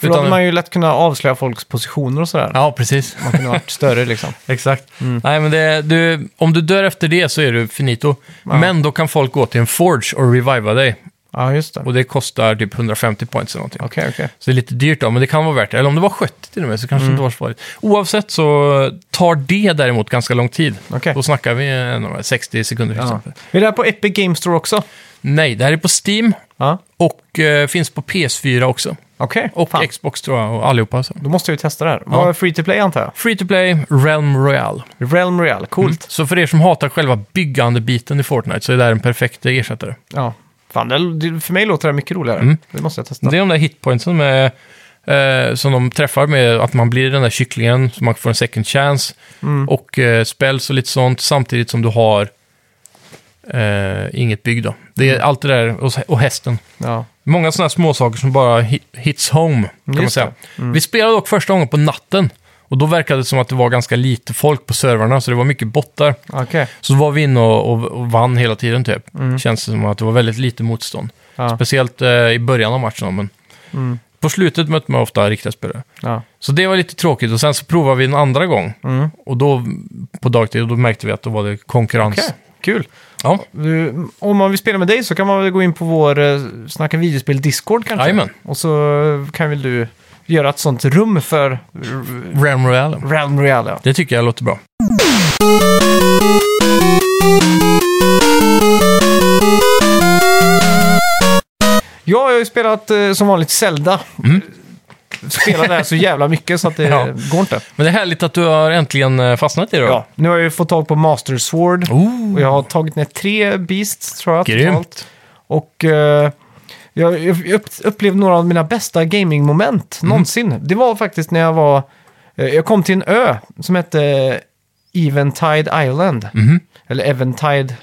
För då hade man ju lätt kunnat avslöja folks positioner och sådär. Ja, precis. Man kunde varit större liksom. Exakt. Nej, men det, du, om du dör efter det så är du finito. Men då kan folk gå till en forge och reviva dig. Ja, just det. Och Okej, det kostar typ 150 points eller någonting. okej. Så det är lite dyrt då, men det kan vara värt det. Eller om det var 70 till och med så Mm. kanske det inte var så farligt. Oavsett så tar det däremot ganska lång tid. Okej. Då snackar vi eh, några 60 sekunder till Ja. exempel. Är det här på Epic Games Store också? Nej, det här är på Steam Ja, och eh, finns på PS4 också. okej. Och Fan, Xbox tror jag och allihopa. Så. Då måste jag ju testa det här. Vad är free to play antar jag? Free to play, Realm Royale. Realm Royale, coolt. Så för er som hatar själva byggandebiten i Fortnite så är det här en perfekt ersättare. Ja. Fan, det, det- för mig låter det här mycket roligare. Det måste jag testa. Mm. Det är de där hitpointsen med, eh, som de träffar med att man blir den där kycklingen, så man får en second chance. Och eh, spells och lite sånt, samtidigt som du har eh, inget bygg då. Det är allt det där, och, och hästen. Ja. Många sådana här småsaker som bara hit, hits home, kan man Just säga. Vi spelade dock första gången på natten. Och då verkade det som att det var ganska lite folk på servrarna, så det var mycket bottar. Okej. Så var vi inne och, och, och vann hela tiden typ. Känns det som att det var väldigt lite motstånd. Ja. Speciellt eh, i början av matchen. Men Mm. På slutet mötte man ofta riktiga spelare. Ja. Så det var lite tråkigt och sen så provade vi en andra gång. Mm. Och då på dagtid, och då märkte vi att då var det konkurrens. Okej, kul. Ja. Du, om man vill spela med dig så kan man väl gå in på vår eh, Snacka videospel Discord kanske? Jajamän. Och så kan väl du göra ett sånt rum för R- Ram Royale. Realm Royale. ja. Det tycker jag låter bra. Ja, Jag har ju spelat eh, som vanligt Zelda. Spelar det här så jävla mycket så att det Mm. Ja. går inte. Men det är härligt att du har äntligen eh, fastnat i det då. Ja, nu har jag ju fått tag på Master Sword. Oh, Och jag har tagit ner tre Beasts tror jag. Grymt. totalt. Och eh, jag, jag upp- upplevde några av mina bästa gamingmoment Mhm. någonsin. Det var faktiskt när jag var... Eh, jag kom till en ö som hette Eventide Island. Mhm. Eller Eventide...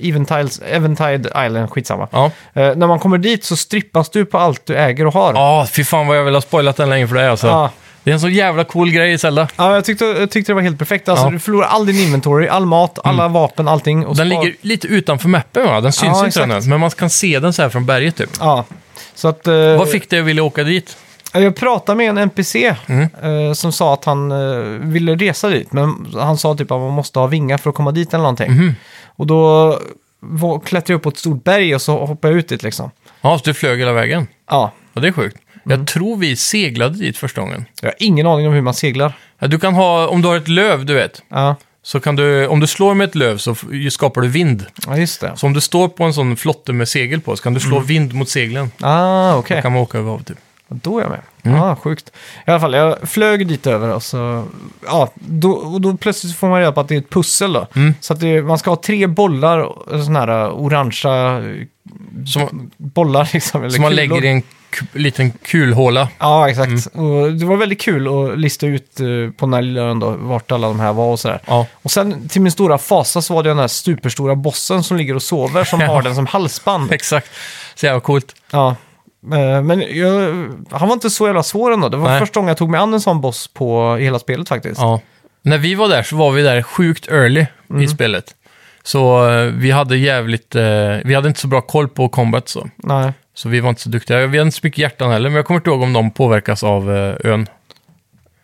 Eventiles, Eventide Island, skitsamma. ja. Eh, när man kommer dit så strippas du på allt du äger och har. Ja, fy fan vad jag vill ha spoilat den länge för dig alltså. Ja. Det är en så jävla cool grej i Zelda. Ja, jag, tyckte, jag tyckte det var helt perfekt. Alltså, Ja. Mm. Du förlorar all din inventory, all mat, alla vapen, allting. Och Den spar- ligger lite utanför mappen va? Den syns Ja, inte den exakt. än, men man kan se den så här från berget typ. Ja. Så att, eh, Vad fick dig att vilja åka dit? Ja, Jag pratade med en NPC Mm. eh, som sa att han eh, ville resa dit, men han sa typ att man måste ha vingar för att komma dit eller någonting. Mhm. Och då var, klättrade jag upp på ett stort berg och så hoppade jag ut dit liksom. Ja, så du flög hela vägen. Ja, Ja, det är sjukt. Jag tror vi seglade dit första gången. jag har ingen aning om hur man seglar. Ja, Du kan ha, om du har ett löv, du vet, Ja, så kan du, om du slår med ett löv så f- skapar du vind. ja just det. Så om du står på en sån flotte med segel på så kan du slå vind mot seglen. Ah, okej. Då kan man åka över havet typ. Då är jag med. Mm. Ah, sjukt. I alla fall, jag flög dit över och så... Ja, då, och då plötsligt får man reda på att det är ett pussel då. Mm. Så att det, man ska ha tre bollar, sådana här orangea eh, Som, bollar liksom. Eller som man kulor. lägger i en ku- liten kulhåla. Ja, exakt. Och det var väldigt kul att lista ut eh, på den här lilla ön då, vart alla de här var och sådär. Ja. Och sen till min stora fasa så var det den här superstora bossen som ligger och sover som har den som halsband. Exakt. Så jävla coolt. Ja. Eh, Men jag, han var inte så jävla svår ändå. Det var Nej. första gången jag tog mig an en sån boss på i hela spelet faktiskt. Ja. När vi var där så var vi där sjukt early i spelet. Så eh, vi hade jävligt, eh, vi hade inte så bra koll på combat så. Nej. Så vi var inte så duktiga. Vi hade inte så mycket hjärtan heller, men jag kommer inte ihåg om de påverkas av eh, ön.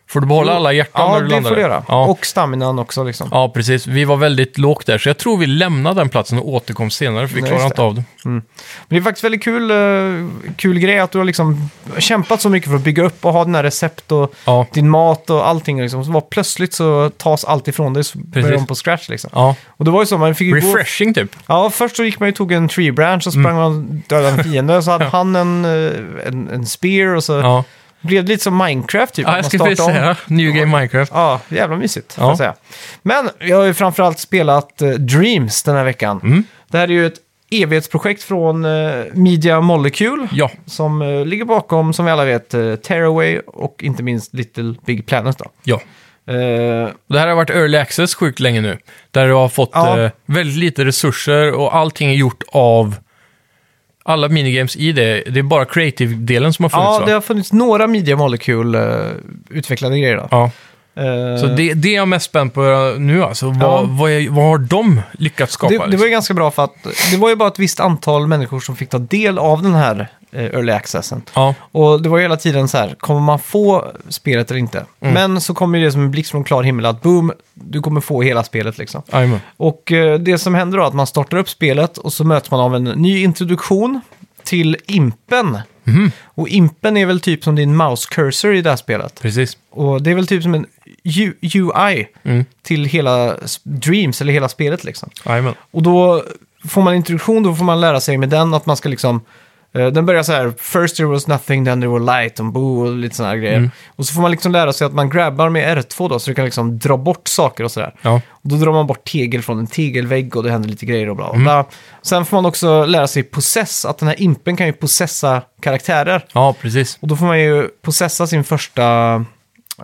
Får du behålla alla hjärtan Ja, när du det landar får du där? göra. Ja. Och staminan också liksom. ja, precis. Vi var väldigt lågt där, så jag tror vi lämnade den platsen och återkom senare, för vi Nej, klarade just inte av det. Men det är faktiskt väldigt kul, eh, kul grej att du har liksom kämpat så mycket för att bygga upp och ha den här recept och Ja, din mat och allting. Liksom. Så bara plötsligt så tas allt ifrån dig så börjar Precis. de på scratch liksom. ja. Och det var ju så, man fick ju gå... refreshing typ. Ja, först så gick man ju och tog en tree branch och Mm. sprang man dödade en fiende. Så hade han en, eh, en, en spear och så Ja, blev det lite som Minecraft typ. ja man jag skulle precis startade om. säga New Game Minecraft. Ja, jävla mysigt får Ja. jag säga. Men jag har ju framförallt spelat eh, Dreams den här veckan. Mm. Det här är ju ett evighetsprojekt från eh, Media Molecule. Ja, Som eh, ligger bakom, som vi alla vet, eh, Tearaway och inte minst Little Big Planet. Då. ja. Eh, Det här har varit early access sjukt länge nu. Där du har fått Ja. eh, väldigt lite resurser och allting är gjort av alla minigames i det. Det är bara creative-delen som har funnits ja, va? det har funnits några Media Molecule-utvecklade grejer. Då. Ja. Eh, Så det, det är jag mest spänd på nu alltså. Vad, Ja. vad, är, vad har de lyckats skapa? liksom? det, det var ju ganska bra för att det var ju bara ett visst antal människor som fick ta del av den här eh, early accessen. Ja, Och det var ju hela tiden så här, kommer man få spelet eller inte? Mm. Men så kommer ju det som en blixt från klar himmel att boom, du kommer få hela spelet liksom. jajamän. Och eh, det som händer då är att man startar upp spelet och så möts man av en ny introduktion till Impen. Mhm. Och Impen är väl typ som din mouse cursor i det här spelet. precis. Och det är väl typ som en U- UI till hela s- Dreams, eller hela spelet liksom. Jajamän. Och då får man introduktion, då får man lära sig med den att man ska liksom... eh, den börjar så här, first there was nothing, then there was light, and boo och lite sådana grejer. Och så får man liksom lära sig att man grabbar med R2 då, så du kan liksom dra bort saker och sådär. Ja. Och då drar man bort tegel från en tegelvägg och det händer lite grejer och bla bla bla. Sen får man också lära sig possess, att den här impen kan ju possessa karaktärer. ja, precis. Och då får man ju processa sin första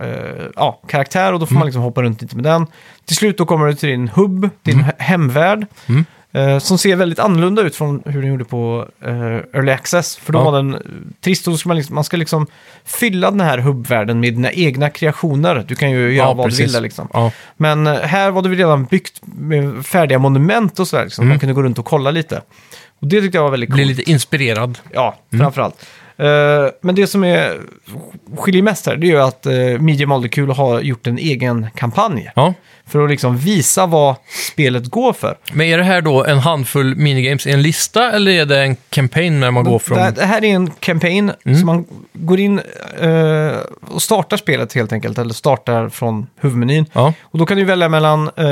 eh, ja, karaktär och då får Mm. man liksom hoppa runt lite med den. Till slut då kommer du till din hub, din Mm. he- hemvärld. eh, som ser väldigt annorlunda ut från hur den gjorde på eh, Early Access. För då Ja. var den eh, trist och då ska man, liksom, man ska liksom fylla den här hubbvärlden med dina egna kreationer. Du kan ju göra Ja, vad du vill precis. där liksom. Ja, Men eh, här var det väl redan byggt med färdiga monument och sådär. Liksom. Man kunde gå runt och kolla lite. Och det tyckte jag var väldigt coolt. Mm. blir lite inspirerad. Ja, Mm. framförallt. Eh, men det som är, skiljer mest här, det är ju att uh, Media Molecule har gjort en egen kampanj. Ja. För att liksom visa vad spelet går för. Men är det här då en handfull minigames i en lista eller är det en campaign när man går från... Mm. Det, här- det här är en campaign, så man går in eh, och startar spelet helt enkelt, eller startar från huvudmenyn. Ja, Och då kan du välja mellan, eh,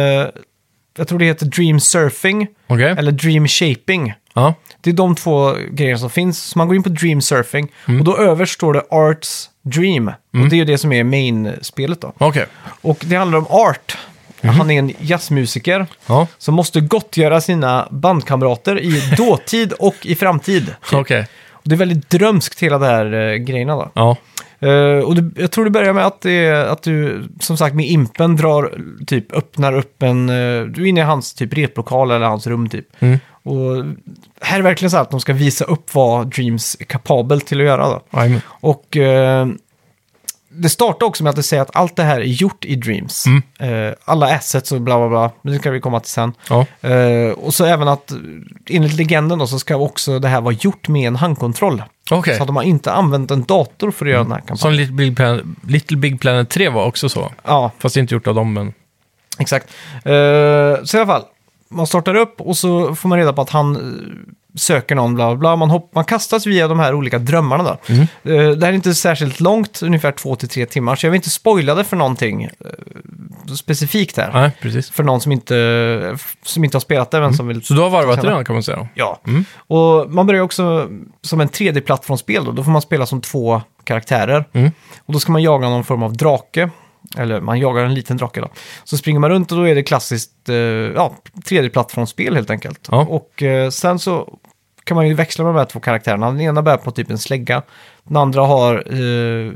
jag tror det heter Dream Surfing, okej. eller Dream Shaping. Ja, Det är de två grejerna som finns. Så man går in på Dream Surfing Mm. och då överst står det Arts Dream. Och det är ju det som är main-spelet då. okej. Och det handlar om Art. Han är en jazzmusiker Mm-hmm. Ja, som måste gottgöra sina bandkamrater i dåtid och i framtid. okej. Och det är väldigt drömskt hela det här eh, grejerna då. Ja, Eh, och det, jag tror det börjar med att, det, är- att du, som sagt, med impen drar, typ öppnar upp en... eh, du är inne i hans typ replokal eller hans rum typ. Mm. Och här är verkligen så här att de ska visa upp vad Dreams är kapabel till att göra då. jajamän. Och eh, det startar också med att det säger att allt det här är gjort i Dreams. Eh, alla assets och bla bla bla, men det kan vi komma till sen. Mm. Ja, Eh, och så även att enligt legenden då, så ska också det här vara gjort med en handkontroll. okej. Så att de har inte använt en dator för att göra den här kampanjen. Mm. Som Little Big, Planet, Little Big Planet 3 var också så. Ja, Fast inte gjort av dem, men... exakt. Eh, så i alla fall, man startar upp och så får man reda på att han eh, söker någon, bla bla, bla. Man, hopp, man kastas via de här olika drömmarna då. Mm. Eh, det här är inte särskilt långt, ungefär två till tre timmar, så jag vill inte spoila det för någonting eh, specifikt här. Nej, precis. För någon som inte, som inte har spelat det, men som vill... Så du har varvat redan kan man säga. Ja, och man börjar också som en 3D-plattformsspel då. Då får man spela som två karaktärer. Och då ska man jaga någon form av drake. Eller man jagar en liten drake då. Så springer man runt och då är det klassiskt eh, ja, 3D-plattformsspel helt enkelt. Ja. Och eh, sen så kan man ju växla med de här två karaktärerna. Den ena bär på typ en slägga. Den andra har eh,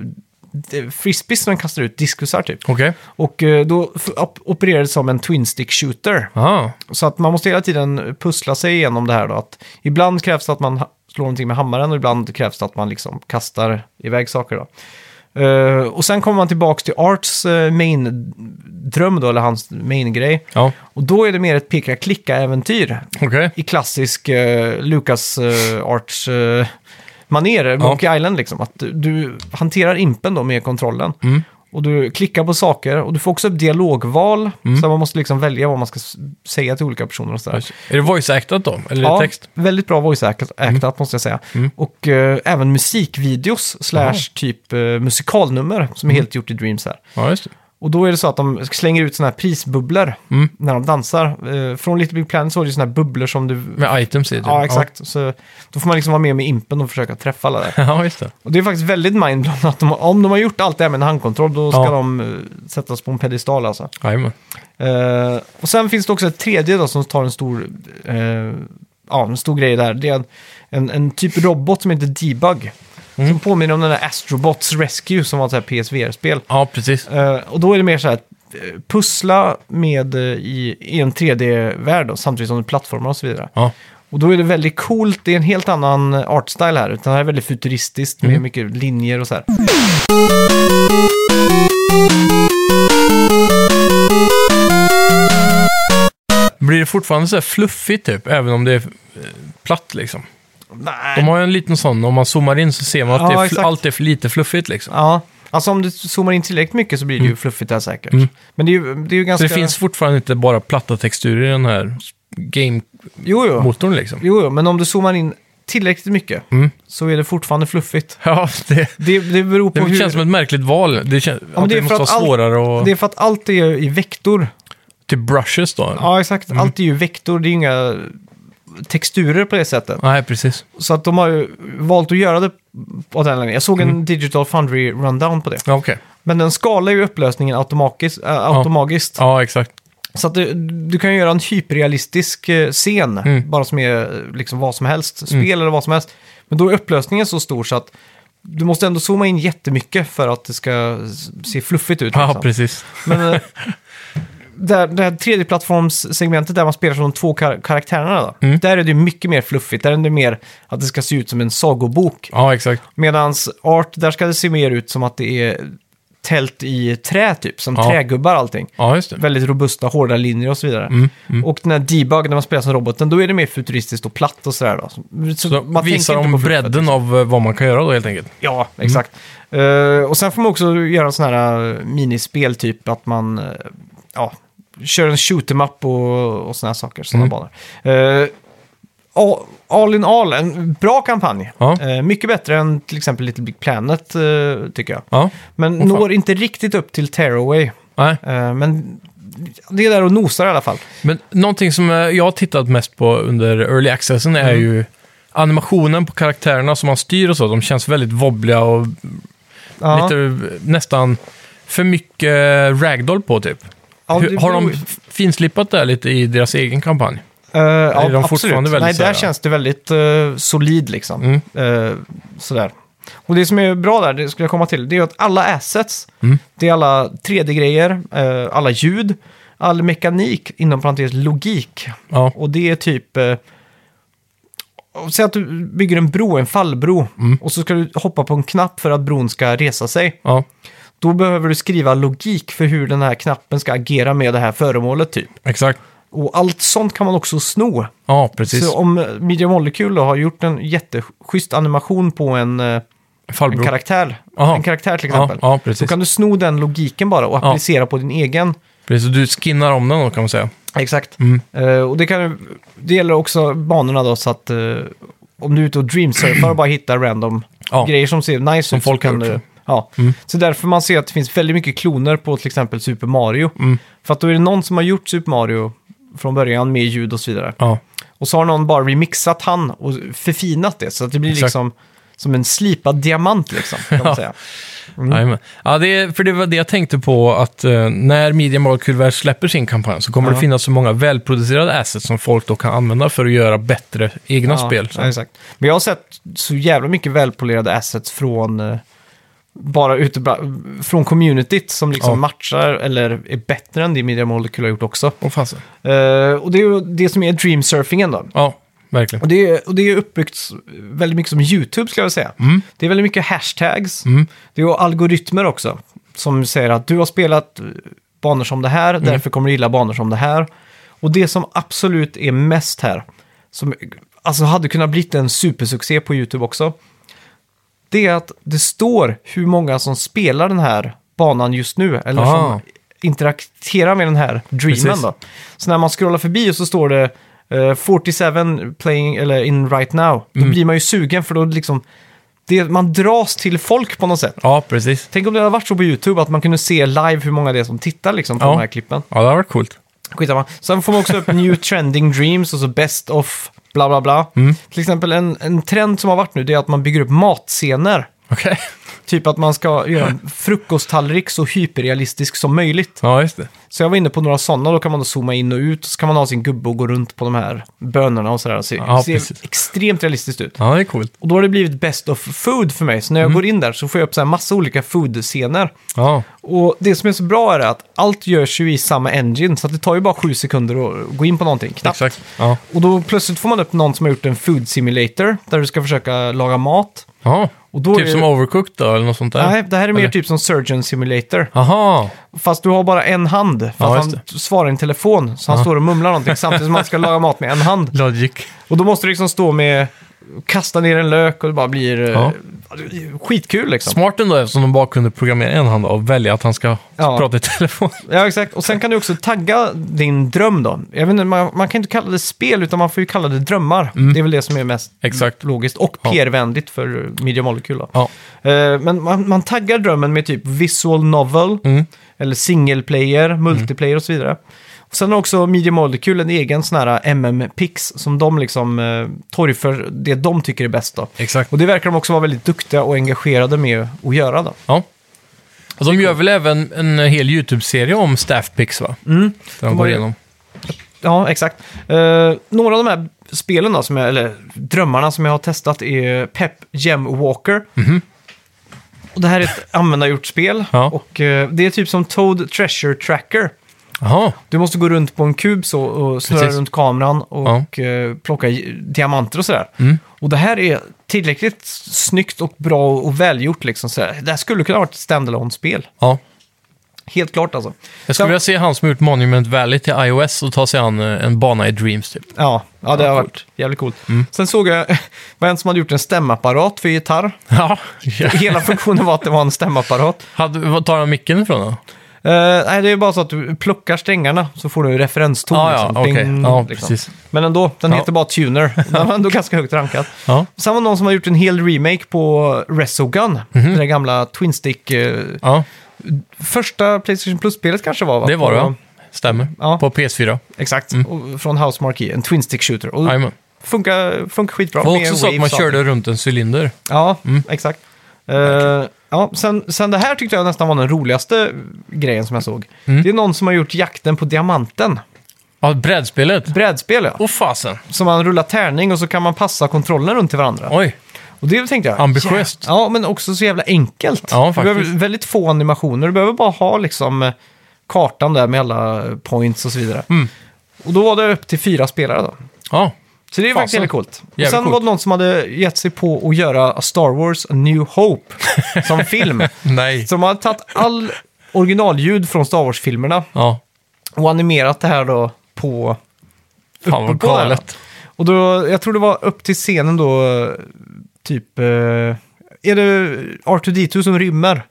d- frisbees som den kastar ut, diskusar typ. Okej. Och eh, då f- op- opererar det som en twin stick shooter. Ah, Så att man måste hela tiden pussla sig igenom det här då. Att ibland krävs det att man ha- slår någonting med hammaren och ibland krävs det att man liksom kastar iväg saker då. Eh, och sen kommer man tillbaka till Arts eh, main dröm då, eller hans main grej. ja, Och då är det mer ett peka-klicka-äventyr okej. i klassisk eh, Lucas eh, Arts Mm. eh, maner, Monkey Island liksom. Att du, du hanterar impen då med kontrollen. Och du klickar på saker och du får också upp dialogval. Mm. Så man måste liksom välja vad man ska s- säga till olika personer och sådär. Är det voice-actat då? Eller är Ja, det text? Mm. väldigt bra voice-actat måste jag säga. Och eh, även musikvideos slash typ eh, musikalnummer som Mm. är helt gjort i Dreams här. Ja, just det. Och då är det så att de slänger ut sådana här prisbubblor Mm. när de dansar. Eh, från Little Big Planet så är det sådana här bubblor som du... Med items i det. Ja, exakt. Så då får man liksom vara med med impen och försöka träffa alla där. Ja, ja just det. Och det är faktiskt väldigt mindblowing att de, om de har gjort allt det här med en handkontroll, då ska Ja. de eh, sättas på en pedestal alltså. Jajamän. Eh, och sen finns det också ett tredje då som tar en stor, eh, ja, en stor grej där. Det är en, en, en typ robot som heter Debug. Som påminner om den där Astrobots Rescue som var ett så här PSVR-spel. Ja, precis. Eh, och då är det mer så här, eh, pussla med eh, i, i en 3D-värld då, samtidigt som du plattformar och så vidare. Ja. Och då är det väldigt coolt, det är en helt annan artstyle här. Utan det här är väldigt futuristiskt Mm. med mycket linjer och så här. Blir det fortfarande så här fluffigt typ, även om det är eh, platt liksom? Nej. De har ju en liten sån, om man zoomar in så ser man att Ja, det är fl- exakt. allt är för lite fluffigt liksom. Ja, alltså om du zoomar in tillräckligt mycket så blir det ju fluffigt där säkert. Men det är ju, det är ju Mm. Så ganska... det finns fortfarande inte bara platta texturer i den här game-motorn Jo, jo. liksom. jo, jo. Men om du zoomar in tillräckligt mycket Mm. så är det fortfarande fluffigt. Ja, det, Det, det beror på det hur... känns som ett märkligt val. Det, kän, men att det det, är för måste vara att allt- svårare och... Det är för att allt är ju i vektor. Typ brushes då? eller? Ja, exakt. Allt är ju vektor, det är ju inga texturer på det sättet. Nej, precis. Så att de har ju valt att göra det på den linjen. Jag såg Mm. en Digital Foundry rundown på det. Ja, okej. Men den skalar ju upplösningen automatiskt. Äh, automatiskt. Ja, exakt. Så att du, du kan ju göra en hyperrealistisk eh, scen, Mm. bara som är eh, liksom vad som helst, spel eller vad som helst. Men då är upplösningen så stor så att du måste ändå zooma in jättemycket för att det ska s- se fluffigt ut. Ja, liksom. precis. Men eh, där, det här 3D-plattformssegmentet där man spelar som de två kar- karaktärerna, då, Mm. där är det ju mycket mer fluffigt. Där är det mer att det ska se ut som en sagobok. Ja, exakt. Medans art, där ska det se mer ut som att det är tält i trä typ, som Ja. trägubbar allting Ja, just det. väldigt robusta, hårda linjer och så vidare. Mm, Och den här debug, när man spelar som roboten, då är det mer futuristiskt och platt och sådär. Då. Så, Så man visar tänker inte om på liksom. fluffet. bredden av eh, vad man kan göra då helt enkelt. Ja, exakt. Eh, och sen får man också göra sådana här eh, minispel, typ att man eh, ja, kör en shoot em up och, och sådana här saker, Mm. sådana banor. Eh, all- all in all, en bra kampanj. Ja. Eh, mycket bättre än till exempel Little Big Planet, eh, tycker jag. Ja. Men Åh, fan. når inte riktigt upp till Tearaway. Nej. Eh, men det är där och nosar i alla fall. Men någonting som eh, jag har tittat mest på under early accessen Mm. är ju animationen på karaktärerna som man styr och så. De känns väldigt wobbliga och Ja. lite eh, nästan för mycket eh, ragdoll på typ. Ja, Hur- det har de beror- f- finslipat det här lite i deras egen kampanj? Eh, ja, är de absolut. fortfarande väldigt Nej, så där här, ja. känns det väldigt eh, solid liksom. Mm. Eh, sådär. Och det som är bra där, det skulle jag komma till, det är att alla assets, Mm. det är alla 3D-grejer, eh, alla ljud, all mekanik, inom parentes logik. Ja, Och det är typ... Eh, och Säg att du bygger en bro, en fallbro, Mm. och så ska du hoppa på en knapp för att bron ska resa sig. ja. Då behöver du skriva logik för hur den här knappen ska agera med det här föremålet typ. exakt. Och allt sånt kan man också sno. Ja, precis. Så om eh, Media Molecule då har gjort en jätteschysst animation på en, eh, en Fallbro. karaktär, Aha. en karaktär till Ja, exempel. ja, Då precis. kan du sno den logiken bara och Ja. applicera på din egen. precis. Du skinnar om den då kan man säga. Exakt. Mm. Eh, och det, kan, ju- det gäller också banorna då så att eh, om du är ute och dreamsurfar och bara hittar random Ja, grejer som ser nice Som ut. så folk har kan gjort. Mm. du- Ja. Så därför man ser att det finns väldigt mycket kloner på till exempel Super Mario. Mm. För att då är det någon som har gjort Super Mario från början med ljud och så vidare. ja. Och så har någon bara remixat han och förfinat det så att det blir Exakt. liksom som en slipad diamant liksom. Kan man säga. Mm. Jajamän. Ja, det, är- för det var det jag tänkte på, att eh, när Media Molecule väl släpper sin kampanj så kommer Ja. det finnas så många välproducerade assets som folk då kan använda för att göra bättre egna spel. Så. ja, exakt. Men jag har sett så jävla mycket välpolerade assets från eh, bara ute bra- från communityt som liksom Ja. matchar eller är bättre än det Media Molecule har gjort också. Åh, fasen. Eh, och det är ju det som är dreamsurfingen då. Ja, verkligen. Och det, är, och det är uppbyggt s- väldigt mycket som YouTube skulle jag vilja säga. Mm. Det är väldigt mycket hashtags. Det är ju algoritmer också. Som säger att du har spelat eh, banor som det här, Mm. därför kommer du gilla banor som det här. Och det som absolut är mest här, som alltså hade kunnat bli en supersuccé på YouTube också, det är att det står hur många som spelar den här banan just nu, eller Ah. som interagerar med den här dreamen. Precis. Då. Så när man scrollar förbi och så står det eh, 47 playing, eller in right now, då Mm. blir man ju sugen för då liksom, det, man dras till folk på något sätt. Ja, precis. Tänk om det hade varit så på YouTube att man kunde se live hur många det är som tittar liksom, på Ja. de här klippen. Ja, det har varit coolt. Skitsamma. Sen får man också upp New Trending Dreams och så Best of bla bla bla. Mm. Till exempel en, en trend som har varit nu det är att man bygger upp matscener. Okej. Typ att man ska göra en frukosttallrik så hyperrealistisk som möjligt. Ja, just det. Så jag var inne på några sådana, då kan man då zooma in och ut. Så kan man ha sin gubbe och gå runt på de här bönorna och sådär. Så Ja, det ser precis. extremt realistiskt ut. Ja, det är coolt. Och då har det blivit best of food för mig. Så när jag Mm. går in där så får jag upp så här massa olika food-scener. Ja, Och det som är så bra är att allt görs ju i samma engine, så att det tar ju bara sju sekunder att gå in på någonting, knappt. exakt. Ja. Och då plötsligt får man upp någon som har gjort en food simulator, där du ska försöka laga mat. ja. Och då är typ det- som Overcooked då, eller något sånt där? Nej, det här är mer Eller? typ som surgeon simulator. Aha. Fast du har bara en hand, fast Ja, just han svarar i en telefon, så han står och mumlar någonting samtidigt som han ska laga mat med en hand. Logic. Och då måste du liksom stå med, kasta ner en lök och det bara blir eh, Ja. skitkul liksom. Smart ändå eftersom de bara kunde programmera en hand och välja att han ska Ja. prata i telefon. Ja, exakt. Och sen kan du också tagga din dröm då. Jag vet inte, man, man kan inte kalla det spel, utan man får ju kalla det drömmar. Det är väl det som är mest Exakt. logiskt och Mm. Ja. PR-vänligt för eh, Media Molecule. Då. Ja. Eh, men man, man taggar drömmen med typ visual novel, eller single player, multiplayer och så vidare. Och sen har också Media Molecule en egen sån här eh, MM-pix som de liksom eh, torgför det de tycker är bäst då. Exakt. Och det verkar de också vara väldigt duktiga och engagerade med att göra då. Ja. Och de gör väl även en hel YouTube-serie om staff picks va? Mm. Där de har går ju- igenom. Ja, exakt. Eh, några av de här spelen, då, som jag, eller drömmarna som jag har testat är Pep Gem Walker. Och det här är ett användargjort spel Ja. och eh, det är typ som Toad Treasure Tracker. Jaha, Du måste gå runt på en kub så, och snurra Precis. runt kameran och eh, plocka i- diamanter och sådär. Mm. Och det här är tillräckligt snyggt och bra och välgjort. Liksom, sådär. Det här skulle kunna vara ett standalone spel ja. Helt klart alltså. Jag skulle vilja se han som gjort Monument Valley till iOS och ta sig an eh, en bana i Dreams typ. Ja, ja det har coolt. Mm. varit jävligt coolt. Sen såg jag, var en som hade gjort en stämapparat för gitarr. Ja. Hela funktionen var att det var en stämapparat. Hade, vad tar han micken ifrån då? Eh, nej, det är bara så att du plockar strängarna så får du en referenston. liksom. Ja, ja, okej. Ding, Ja, precis. Men ändå, den Ja. heter bara Tuner. Den var ändå ganska högt rankad. Ja. Sen var det någon som har gjort en hel remake på Resogun. Mhm. Det där gamla Twin Stick. eh, Ja, första Playstation Plus-spelet kanske var va? det var det På- va? Mm. Stämmer. Ja. På PS4. Exakt, och, från House Marquee. En Twin Stick Shooter. Och Jajamän. funkar, funkar skitbra. Det var med också så att waves och man allting. körde Mm. runt en cylinder. Ja, exakt. Eh, ja, sen, sen det här tyckte jag nästan var den roligaste grejen som jag såg. Mm. Det är någon som har gjort jakten på diamanten. Ja, brädspelet. Brädspel, ja. Åh fasen. Så man rullar tärning och så kan man passa kontrollen runt till varandra. Oj. Och det tänkte jag... Ambitiöst. jä- Ja, men också så jävla enkelt. Ja, du faktiskt. behöver väldigt få animationer. Du behöver bara ha liksom eh, kartan där med alla eh, points och så vidare. Mm. Och då var det upp till fyra spelare då. Ja. Så det är faktiskt Fasen. jävligt coolt. Och Jävligt sen var coolt. det någon som hade gett sig på att göra Star Wars A New Hope som film. Nej. Så de har tagit all originalljud från Star Wars-filmerna Ja. och animerat det här då på... Fan vad uppe på där. galet. Och då, jag tror det var upp till scenen då, eh, typ... Eh, är det R2D2 som rymmer?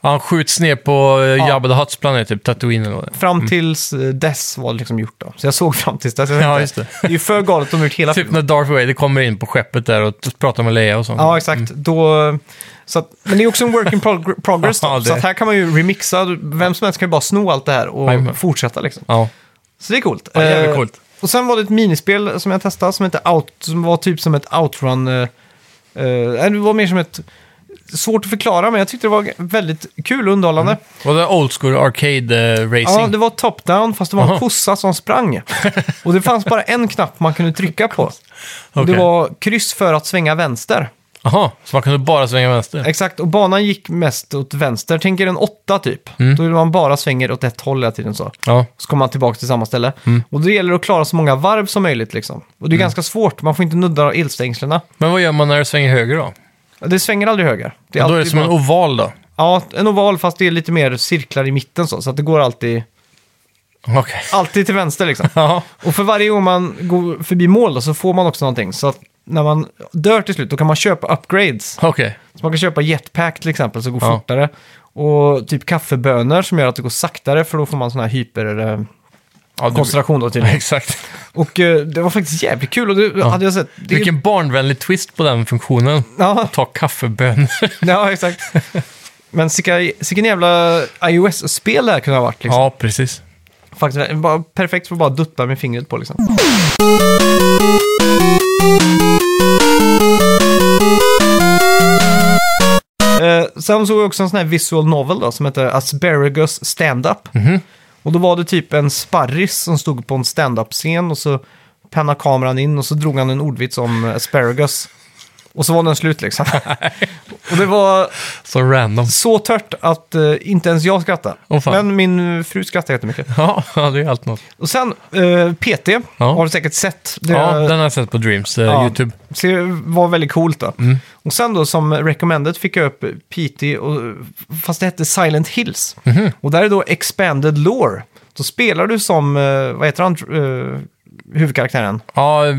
Han skjuts ner på eh, Ja. Jabba the Hutts planet, typ Tatooine eller vad det är. Fram tills eh, dess var det liksom gjort då. Så jag såg fram tills dess. Jag Ja, tänkte, just det. Det är ju för galet de har gjort hela Typ när Darth Vader kommer in på skeppet där och t- pratar med Leia och sånt. Ja, exakt. Mm. Då, så att, men det är också en work in prog- progress. Då, Ja, det- Så att här kan man ju remixa. Vem som helst kan ju bara sno allt det här och Jajamän. fortsätta liksom. Ja. Så det är coolt. Ja, jävligt Eh, coolt. Och sen var det ett minispel som jag testade som, hette Out, som var typ som ett outrun... eh, eh, det var mer som ett... Svårt att förklara, men jag tyckte det var väldigt kul och underhållande. Och det är old school arcade eh, racing. Ja, det var top-down, fast det var Aha. en kossa som sprang. och det fanns bara en knapp man kunde trycka på. Och Okej. Det var kryss för att svänga vänster. Aha, så man kunde bara svänga vänster? Exakt, och banan gick mest åt vänster. Tänk er en åtta typ. Mm. Då är det man bara svänger åt ett håll hela tiden så. Ja, Så kommer man tillbaka till samma ställe. Mm. Och då gäller det att klara så många varv som möjligt liksom. Och det är ganska svårt, man får inte nudda elstängslena. men vad gör man när det svänger höger då? Det svänger aldrig höger. Det då är det alltid som en bara- oval då? Ja, en oval fast det är lite mer cirklar i mitten så. Så att det går alltid, Okej. alltid till vänster liksom. Ja, Och för varje gång man går förbi mål då, så får man också någonting. Så att när man dör till slut, då kan man köpa upgrades. okej. Så man kan köpa jetpack till exempel, så det går Ja. fortare. Och typ kaffebönor som gör att det går saktare, för då får man sån här hyper... eh, du- koncentration då tydligen. Exakt. Och eh, det var faktiskt jävligt kul. Och det hade jag sett... Det, Vilken barnvänlig twist på den funktionen. Ja, Ta kaffebönor. ja, exakt. Men sicka- sicken jävla iOS-spel det här kunde ha varit. Liksom. Ja, precis. Faktiskt, bara perfekt för att bara dutta med fingret på liksom. Eh, sen såg jag också en sån här visual novel då, som heter Asparagus Stand-Up. Och då var det typ en sparris som stod på en stand-up-scen och så pennade kameran in och så drog han en ordvits om eh, asparagus. Och så var den slut liksom. och det var Så random. så tört att eh, inte ens jag skrattade. Åh, fan. Men min fru skrattade jättemycket. Ja, ja, det är ju allt något. Och sen eh, PT har du säkert sett. Det Ja, den har jag sett på Dreams eh, ja, YouTube. Mm. så det var väldigt coolt då. Och sen då som recommended fick jag upp PT, och, fast det hette Silent Hills. Mhm. Och där är då expanded lore. Då spelar du som, eh, vad heter han, eh, huvudkaraktären? Ja, eh,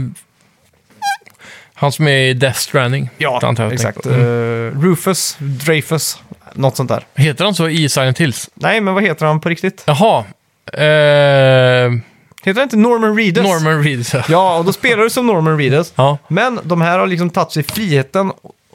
han som är i Death Stranding. antar jag att jag tänker exakt. på. Mm. Eh, Rufus, Dreyfus, något sånt där. Heter han så i Silent Hills? Nej, men vad heter han på riktigt? Jaha. Eh, Heter han inte Norman Reedus? Norman Reedus. Ja. Ja, och då spelar du som Norman Reedus. ja. Men de här har liksom tagit sig friheten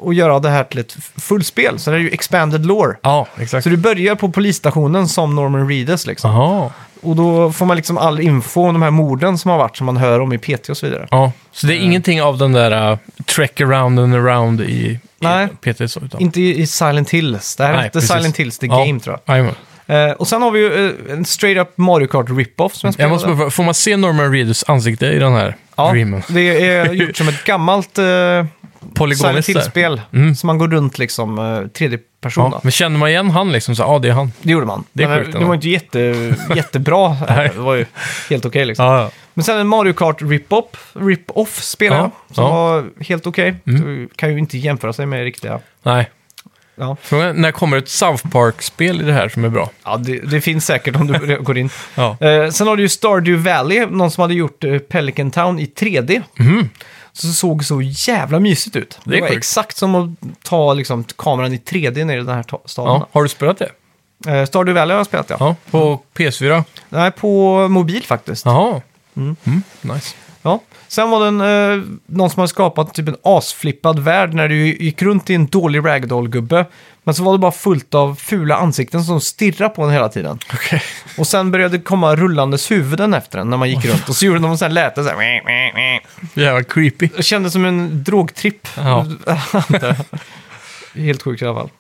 att göra det här till ett f- fullspel. Så det är ju expanded lore. Ja, exakt. Så du börjar på polisstationen som Norman Reedus liksom. Jaha. Och då får man liksom all info om de här morden som har varit som man hör om i PT och så vidare. Ja, så Eh. det är ingenting av den där uh, track around and around i, i Nej. PT? Så, utan... Inte i i Silent Hills. Det här är Nej, inte precis. Silent Hills, det är Ja. Game tror jag. Jajamän. Eh, och sen har vi ju eh, en straight up Mario Kart rip-off som jag Jag spelade. måste bara, fråga, får man se Norman Reedus ansikte i den här ja, dreamen? det är gjort som ett gammalt eh, Silent Polygoniskt där. Mm. Hills-spel. Som man går runt liksom eh, tredje person. Ja, då. men känner man igen han liksom? Så, ja, det är han. Det gjorde man. Det är Men sjukt det ändå. var inte jätte, jättebra. Nej. det var ju helt okej liksom. Ja, ja. Men sen en Mario Kart rip-off, rip-off spelade Ja, jag. Som ja. Mm. var helt okej. Du kan ju inte jämföra sig med riktiga... Nej. Ja, Frågan är, när kommer ett South Park-spel i det här som är bra? ja det, det finns säkert om du går in. Ja. Eh, sen har du ju Stardew Valley, någon som hade gjort eh, Pelican Town i 3D. Så det såg så jävla mysigt ut. Det, Mhm. Det är var sjukt. exakt som att ta liksom, kameran i 3D ner i den här ta- staden. Ja. Har du spelat det? Eh, Stardew Valley har jag spelat ja. Ja, på PS4? Nej, på mobil faktiskt. Jaha. Mm. Nice. Ja. Sen var det en, eh, någon som hade skapat typ en asflippad värld när du gick runt i en dålig ragdoll-gubbe. Men så var det bara fullt av fula ansikten som stirrade på en hela tiden. Okej. Och sen började det komma rullandes huvuden efter den när man gick runt. Och så gjorde de sån här läte så här. "Mäh, mäh, mäh." Jävla creepy. Det kändes som en drogtripp. Ja. Helt sjukt i alla fall.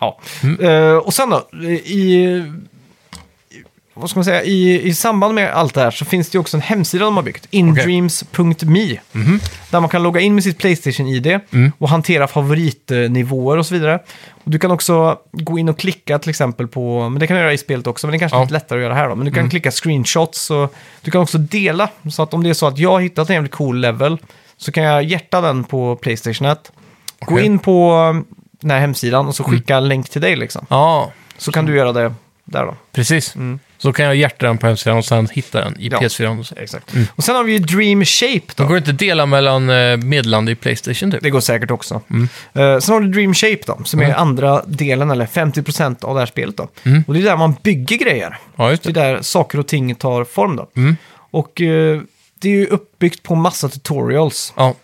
Ja. Eh, och sen då, eh, i... Vad ska man säga? I, I samband med allt det här så finns det ju också en hemsida de har byggt. Indreams.me. Där man kan logga in med sitt Playstation-ID och hantera favoritnivåer och så vidare. Och du kan också gå in och klicka till exempel på, men det kan du göra i spelet också, men det är kanske Ja. lite lättare att göra här då. Men du kan klicka screenshots och du kan också dela. Så att om det är så att jag har hittat en jävligt cool level så kan jag hjärta den på Playstation 1. Gå Okej. Mm. in på eh, den här hemsidan och så skicka en länk till dig liksom. Ja, Så kan du göra det där då. precis. Så kan jag hjärta den på hemsidan och sen hitta den i Mm. Ja. PS4. Och så. Exakt. Mm. Och sen har vi ju Dream Shape Då då. går det inte att dela mellan eh, meddelande i Playstation typ? Det går säkert också. Eh, sen har du Dream Shape då, som är Mm. andra delen, eller 50% av det här spelet då. Och det är där man bygger grejer. Ja, just Det är det. där saker och ting tar form då. Mm. Och eh, det är ju uppbyggt på massa tutorials. Ja,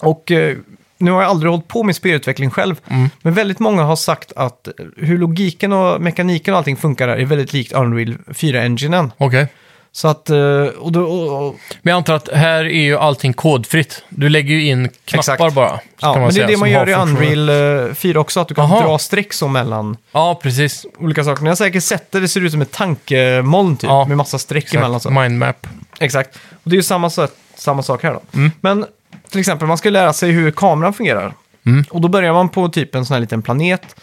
Och eh, nu har jag aldrig hållit på med spelutveckling själv, Mm. men väldigt många har sagt att hur logiken och mekaniken och allting funkar där är väldigt likt Unreal 4-enginen. okej. Så att, eh, och då, och, och, Men jag antar att här är ju allting kodfritt. Du lägger ju in knappar Exakt. bara. så kan ja, men det säga, är det som man har gör i funktioner. Unreal eh, 4 också, att du kan Aha. dra streck så mellan Ja, precis. olika saker. Ni har säkert sett det, det ser ut som ett tankemoln typ, Ja. med massa streck emellan. Så. Exakt. Mindmap. Exakt. Och det är ju samma, så- samma sak här då. Mm. Men till exempel, man ska ju lära sig hur kameran fungerar. Mm. Och då börjar man på typ en sån här liten planet.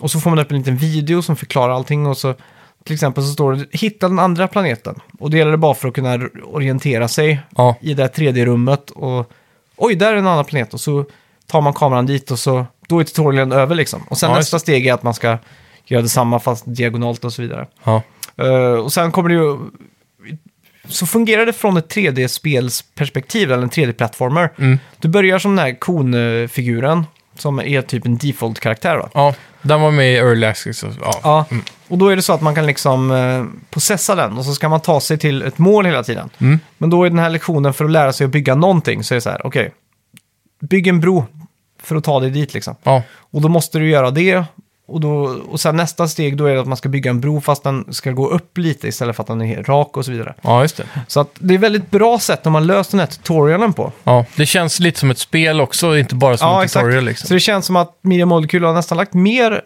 Och så får man upp en liten video som förklarar allting. Och så till exempel så står det hitta den andra planeten. Och det gäller det bara för att kunna orientera sig Ja. i det här 3D-rummet. Och oj, där är en annan planet. Och så tar man kameran dit och så då är tutorialen över liksom. Och sen Ja, just nästa steg är att man ska göra detsamma fast diagonalt och så vidare. ja. Eh, och sen kommer det ju... Så fungerar det från ett Mm. 3D-spelsperspektiv, eller en 3D-plattformer. Du börjar som den här konfiguren Som är typ en default-karaktär va? Ja, Mm. den var med i Early Access. och- Ja. Ja, och då är det så att man kan liksom eh, processa den och så ska man ta sig till ett mål hela tiden. Mm. Men då är den här lektionen för att lära sig att bygga någonting så är det så här, okej, bygg en bro för att ta dig dit liksom. ja. Och då måste du göra det. Och, då, och sen nästa steg då är det att man ska bygga en bro fast den ska gå upp lite istället för att den är rak och så vidare. Ja, just det. Så att det är väldigt bra sätt när man löst den här tutorialen på. Ja, det känns lite som ett spel också, inte bara som en tutorial. Så Liksom. det känns som att Media Molecule har nästan lagt mer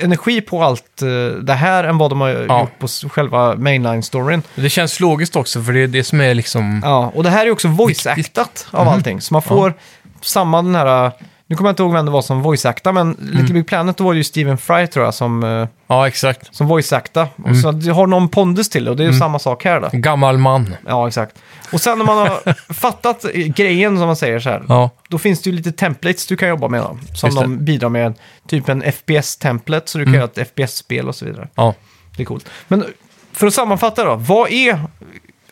energi på allt eh, det här än vad de har Ja. gjort på s- själva mainline-storyn. Det känns logiskt också, för det är det som är liksom... Ja, och det här är också voice-actat av allting. Så man får samma den här... Nu kommer jag inte ihåg vem det var som voice-actade, men Little Big Planet då var det ju Stephen Fry tror jag som, eh, Ja, exakt. som voice-acta. Och Mm. Så att det har någon pondus till det och det är ju samma sak här då. En Gammal man. Ja, exakt. Och sen när man har fattat eh, grejen som man säger så här, Ja, då finns det ju lite templates du kan jobba med då, som Just det. Mm. de bidrar med. Typ en FPS-template, så du kan göra ett FPS-spel och så vidare. ja. Det är coolt. Men för att sammanfatta då, vad är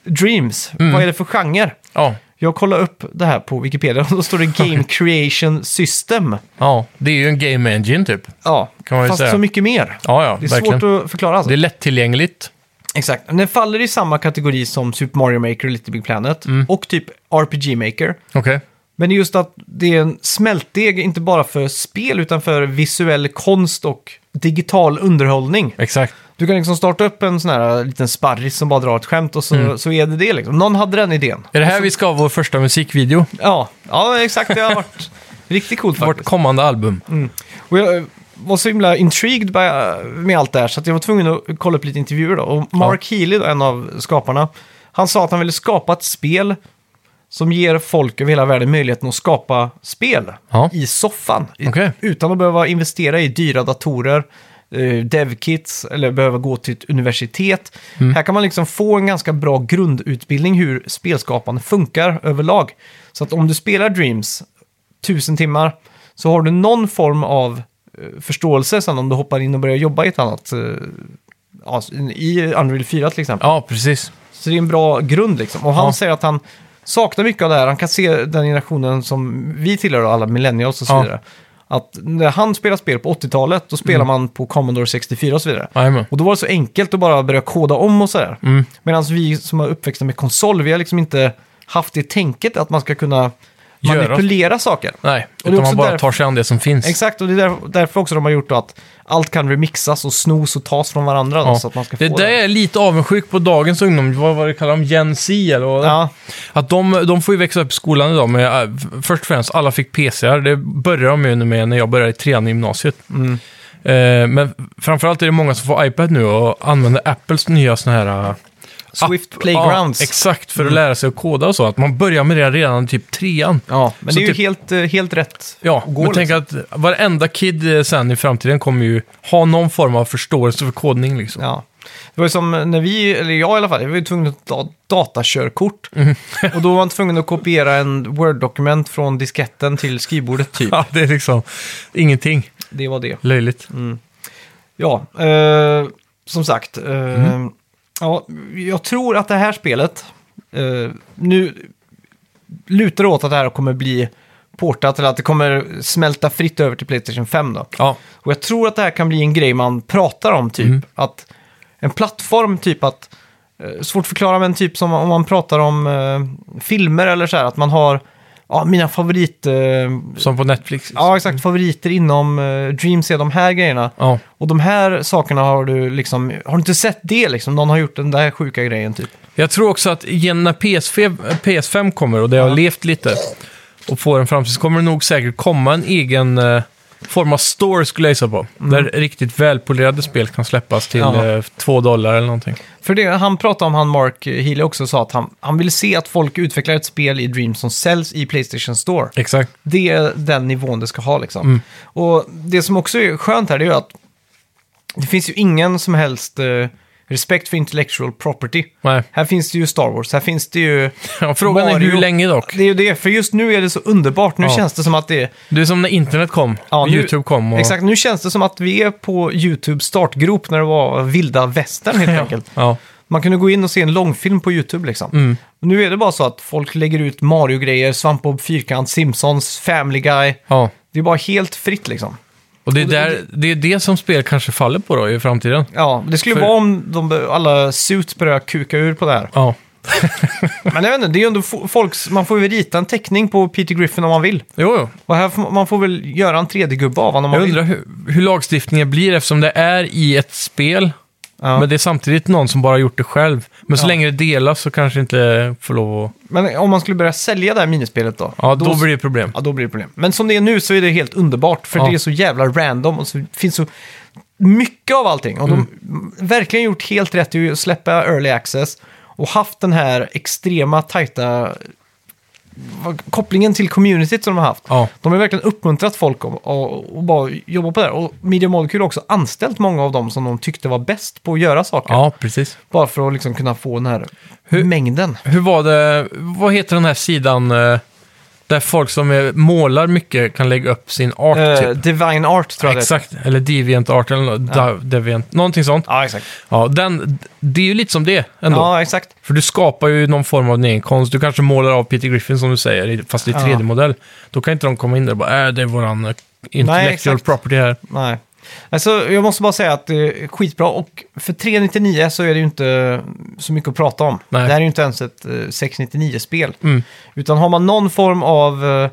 Dreams? Mm. Vad är det för genre? ja. Jag kollade upp det här på Wikipedia och då står det Game Creation System. Ja, det är ju en game engine typ. Ja, Kan man ju fast säga. så mycket mer. Ja, ja, det är verkligen. svårt att förklara. Alltså. Det är lättillgängligt. Exakt. Den faller i samma kategori som Super Mario Maker och Little Big Planet och typ RPG Maker. Okej. Men det är just att det är en smältdeg, inte bara för spel, utan för visuell konst och digital underhållning. Exakt. Du kan liksom starta upp en sån här liten sparris som bara drar ett skämt och så, så är det det liksom. Någon hade den idén. Är det här vi ska ha vår första musikvideo? Ja, ja exakt. Det har varit riktigt coolt Vårt faktiskt. kommande album? Och jag eh, var så himla intrigued by- eh, med allt det här så att jag var tvungen att kolla upp lite intervjuer då. Och Mark Healy, då, en av skaparna, han sa att han ville skapa ett spel som ger folk över hela världen möjligheten att skapa spel Ja. i soffan. I- Okej. Utan att behöva investera i dyra datorer, eh, devkits eller behöva gå till ett universitet. Här kan man liksom få en ganska bra grundutbildning hur spelskapande funkar överlag. Så att om du spelar Dreams tusen timmar så har du någon form av eh, förståelse sen om du hoppar in och börjar jobba i ett annat, eh, ja, i Unreal 4 till exempel. Ja, precis. Så det är en bra grund liksom. Och han Ja. säger att han saknar mycket av det här. Han kan se den generationen som vi tillhör, alla millennials och så Ja. vidare. Att när han spelar spel på 80-talet, då Mm. spelar man på Commodore 64 och så vidare. Jajamän. Och då var det så enkelt att bara börja koda om och sådär. Mm. Medan vi som är uppväxta med konsol, vi har liksom inte haft det tänket att man ska kunna Göra. manipulera saker. Nej, det är utan också man bara där- tar sig an det som finns. Exakt, och det är där- därför också de har gjort då att allt kan remixas och snos och tas från varandra. Då, Ja. så att man ska det få där är lite avundsjuk på dagens ungdom, vad var det kallar de, Gen Z eller vad? Ja, Att de, de får ju växa upp i skolan idag med, äh, först och främst, alla fick PCR. Det började de ju med när jag började i trean i gymnasiet. Mm. Eh, men framförallt är det många som får iPad nu och använder Apples nya såna här... äh, Swift app- Playgrounds. Mm. Ja, exakt, för att lära sig att koda och så. Att man börjar med det redan i typ trean. Ja, men Så det är ju typ- helt, eh, helt rätt Ja, att gå, men tänk liksom. att varenda kid eh, sen i framtiden kommer ju ha någon form av förståelse för kodning liksom. Ja. Det var ju som när vi, eller jag i alla fall, jag var ju tvungen att ta datakörkort. Mm. och då var man tvungen att kopiera en Word-dokument från disketten till skrivbordet typ. Ja, det är liksom ingenting. Det var det. Löjligt. Mm. Ja, eh, som sagt. Eh, Mm. ja, jag tror att det här spelet, eh, nu lutar det åt att det här kommer bli portat eller att det kommer smälta fritt över till Playstation 5 då. Ja, Och jag tror att det här kan bli en grej man pratar om, typ. Att en plattform, typ att... eh, Svårt att förklara, men typ som om man pratar om eh, filmer eller så här, att man har... Ja, mina favorit... Eh, som på Netflix. ja, exakt. Favoriter inom eh, Dreams är de här grejerna. Ja. Och de här sakerna har du liksom... Har du inte sett det liksom? Någon har gjort den där sjuka grejen, typ. Jag tror också att igen när PS5, PS5 kommer och det har levt lite och får en framtid så kommer det nog säkert komma en egen eh, form av store skulle jag gissa på. Där riktigt välpolerade spel kan släppas till Mm. Ja. eh, två dollar eller någonting. För det han pratade om, han Mark Healy också, sa att han, han vill se att folk utvecklar ett spel i Dreams som säljs i Playstation Store. Exakt. Det är den nivån det ska ha liksom. Mm. Och det som också är skönt här det är ju att det finns ju ingen som helst eh, respekt för intellectual property. Nej. Här finns det ju Star Wars, här finns det ju... Ja, frågan är Mario. hur länge dock. Det är ju det, för just nu är det så underbart. Nu Ja. känns det som att det är... Det är som när internet kom, Ja, och nu- YouTube kom och... Exakt, nu känns det som att vi är på YouTube startgrop när det var vilda västern helt enkelt. Ja. Man kunde gå in och se en långfilm på YouTube liksom. Mm. Nu är det bara så att folk lägger ut Mario-grejer, Svampbob Fyrkant, Simpsons, Family Guy. Ja. Det är bara helt fritt liksom. Och det är, där, det är det som spel kanske faller på då i framtiden. Ja, det skulle För- vara om de, be- alla suits börjar kuka ur på det här. Ja, Men jag vet inte, det är ju ändå fo- folks... Man får ju rita en teckning på Peter Griffin om man vill. jo, jo. Och här får, man får väl göra en 3D-gubbe av honom om Jag man vill. undrar hur, hur lagstiftningen blir eftersom det är i ett spel. Ja. Men det är samtidigt någon som bara har gjort det själv. Men så Ja. länge det delas så kanske inte får lov att... Men om man skulle börja sälja det här minispelet då? Ja, då, blir det problem. ja, då blir det problem. Men som det är nu så är det helt underbart, för Ja. det är så jävla random och så finns så mycket av allting. Och de har verkligen gjort helt rätt i att släppa early access och haft den här extrema tajta vad- kopplingen till communityt som de har haft. Ja. De har verkligen uppmuntrat folk att- att att bara jobba på det här. Och Media Molecule har också anställt många av dem som de tyckte var bäst på att göra saker. ja, precis. Bara för att liksom kunna få den här mängden. Hur var det... Vad heter den här sidan eh, där folk som är, målar mycket kan lägga upp sin art? Eh, typ? Divine Art tror jag det Exakt, eller deviant art eller nå- da- deviant, någonting sånt. Ja, exakt. Ja, den, det är ju lite som det ändå. Ja, exakt. För du skapar ju någon form av din egen konst. Du kanske målar av Peter Griffin som du säger, i- fast i Ja. 3D-modell. Då kan inte de komma in där och bara äh, det är våran eh, intellectual exakt. property här. Nej. Alltså, jag måste bara säga att det är skitbra och för 399 så är det ju inte så mycket att prata om. Nej. Det här är ju inte ens ett eh, 699-spel. Mm. Utan har man någon form av eh,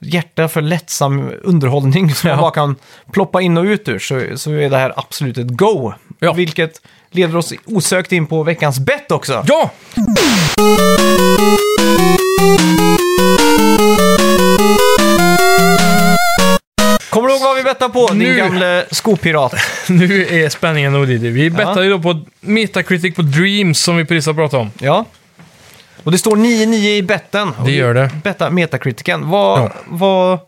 hjärta för lättsam underhållning som man Ja. bara kan ploppa in och ut ur så, så är det här absolut ett go. Ja. Vilket leder oss osökt in på veckans bett också. Ja! Kommer du ihåg vad vi bettade på, din Nu. gamle skopirat? Nu är spänningen olidlig. Vi bettar Ja. ju då på Metacritic på Dreams som vi precis har pratat om. Ja. Och det står 9-9 i betten. Och Det gör det. Betta, metakritiken. Vad, Ja. vad,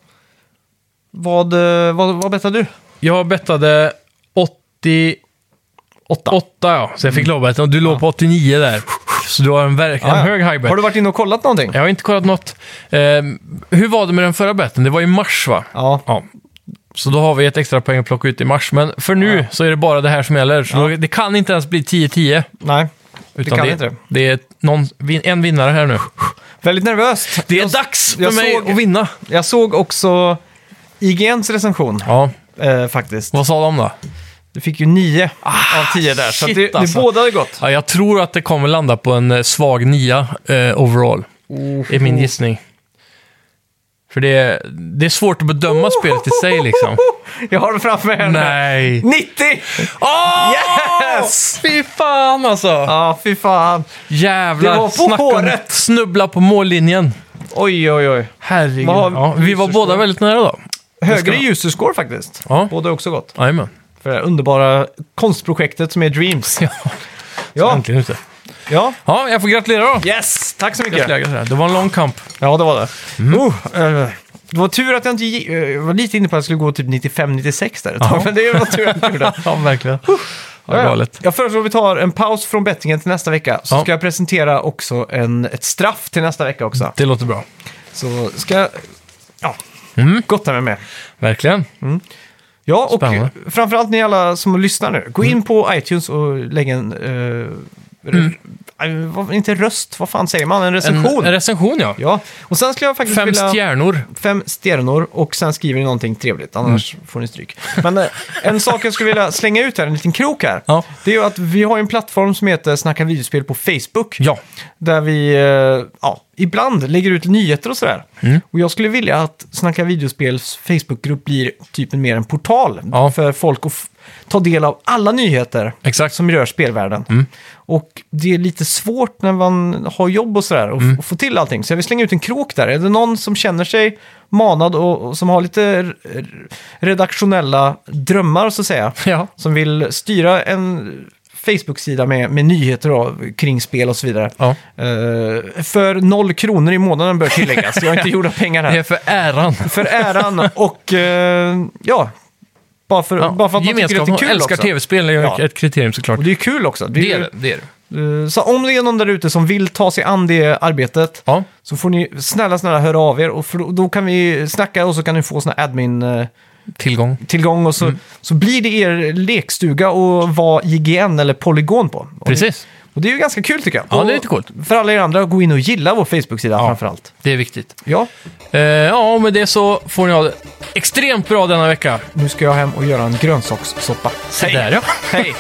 vad, eh, vad, vad bettade du? Jag bettade 88 8. ja, så jag Mm. fick lovbetta. Och du låg på 89 där. Så du har en, verk- en hög high bet. Har du varit inne och kollat någonting? Jag har inte kollat något. Ehm, hur var det med den förra betten? Det var i mars va? Ja. Ja. Så då har vi ett extra poäng att plocka ut i mars. Men för nu Ja. så är det bara det här som gäller. Så då, det kan inte ens bli 10-10. Nej. Utan kan inte det. det är någon, vin- en vinnare här nu. Väldigt nervöst. Det är jag, dags för jag mig såg- att vinna. jag såg också IGNs recension Ja, eh, faktiskt. vad sa de då? Du fick ju 9 av 10 där. så Ah, shit, att det, alltså. det båda är gott. Ja, jag tror att det kommer landa på en eh, svag nia eh, overall. Är min gissning. För det är, det är svårt att bedöma spelet i sig liksom. Jag har det framför mig här nu. Nej. 90! Åh! Yes! Fy fan alltså! Ja, fy fan. Jävlar! Det var på Snacka om håret. Snubbla på mållinjen. Oj, oj, oj. Herregud. Vad har- Ja, vi var user båda score? väldigt nära då. Högre user score faktiskt. Ja. Båda är också gott. Jajamän. För det här underbara konstprojektet som är Dreams. Ja. Ja, Äntligen ute. ja. Ja, jag får gratulera då. Yes, tack så mycket. Gratulerar, gratulerar. Det var en lång kamp. Mm. Ja, det var det. Oh, eh, det var tur att jag inte gi- eh, jag var lite inne på att jag skulle gå typ 95-96 där ett tag, Ja. men det var tur att jag gjorde. Ja, verkligen. Ja, Ja, ja. galet. Jag föreslår att vi tar en paus från bettingen till nästa vecka. Så Ja. ska jag presentera också en, ett straff till nästa vecka också. Det låter bra. Så ska jag... Ja, Mm. gotta mig med. Verkligen. Mm. Ja, och Spännande. Mm. framförallt ni alla som lyssnar nu, gå in på iTunes och lägg en... eh, rö- eh, vad- inte röst, vad fan säger man? En En, recension. en Mm. recension ja. ja, och sen skulle jag faktiskt Fem vilja... stjärnor. Fem stjärnor och sen skriver ni någonting trevligt, annars Mm. får ni stryk. Men eh, en sak jag skulle vilja slänga ut här, en liten krok här. Ja. Det är ju att vi har ju en plattform som heter Snacka videospel på Facebook. Ja. Där vi eh, ja, ibland lägger ut nyheter och sådär. Mm. Och jag skulle vilja att Snacka videospels Facebookgrupp blir typ mer en portal Ja. för folk att f- ta del av alla nyheter Exakt. Mm. som rör spelvärlden. Och det är lite svårt när man har jobb och sådär och, Mm. och få till allting. Så jag vill slänga ut en krok där. Är det någon som känner sig manad och, och som har lite r- r- redaktionella drömmar så att säga. Ja. Som vill styra en Facebook-sida med, med nyheter och, kring spel och så vidare. Ja. Eh, för noll kronor i månaden bör tilläggas. Jag har inte gjort av pengar Det är här. för äran. För äran och eh, ja, bara för, Ja. bara för att man tycker att det är Gemenskapen kul älskar också. tv-spel, är ju Ja. ett kriterium såklart. Och det är kul också. Det är Det ju- är det. det, är det. Eh, Så om det är någon där ute som vill ta sig an det arbetet Ja. så får ni snälla, snälla höra av er. Och för då, då kan vi snacka och så kan ni få sån här eh, admin-tillgång. Tillgång. Och Mm. så, så blir det er lekstuga och vad IGN eller Polygon på. Och Precis. Ni, Och det är ju ganska kul tycker jag. Ja, Och det är lite coolt. För alla er andra, gå in och gilla vår Facebook-sida Ja. framförallt. Det är viktigt. Ja, Eh, ja, och med det så får ni ha det extremt bra denna vecka. nu ska jag hem och göra en grönsakssoppa. Hej! Där, ja. Hej!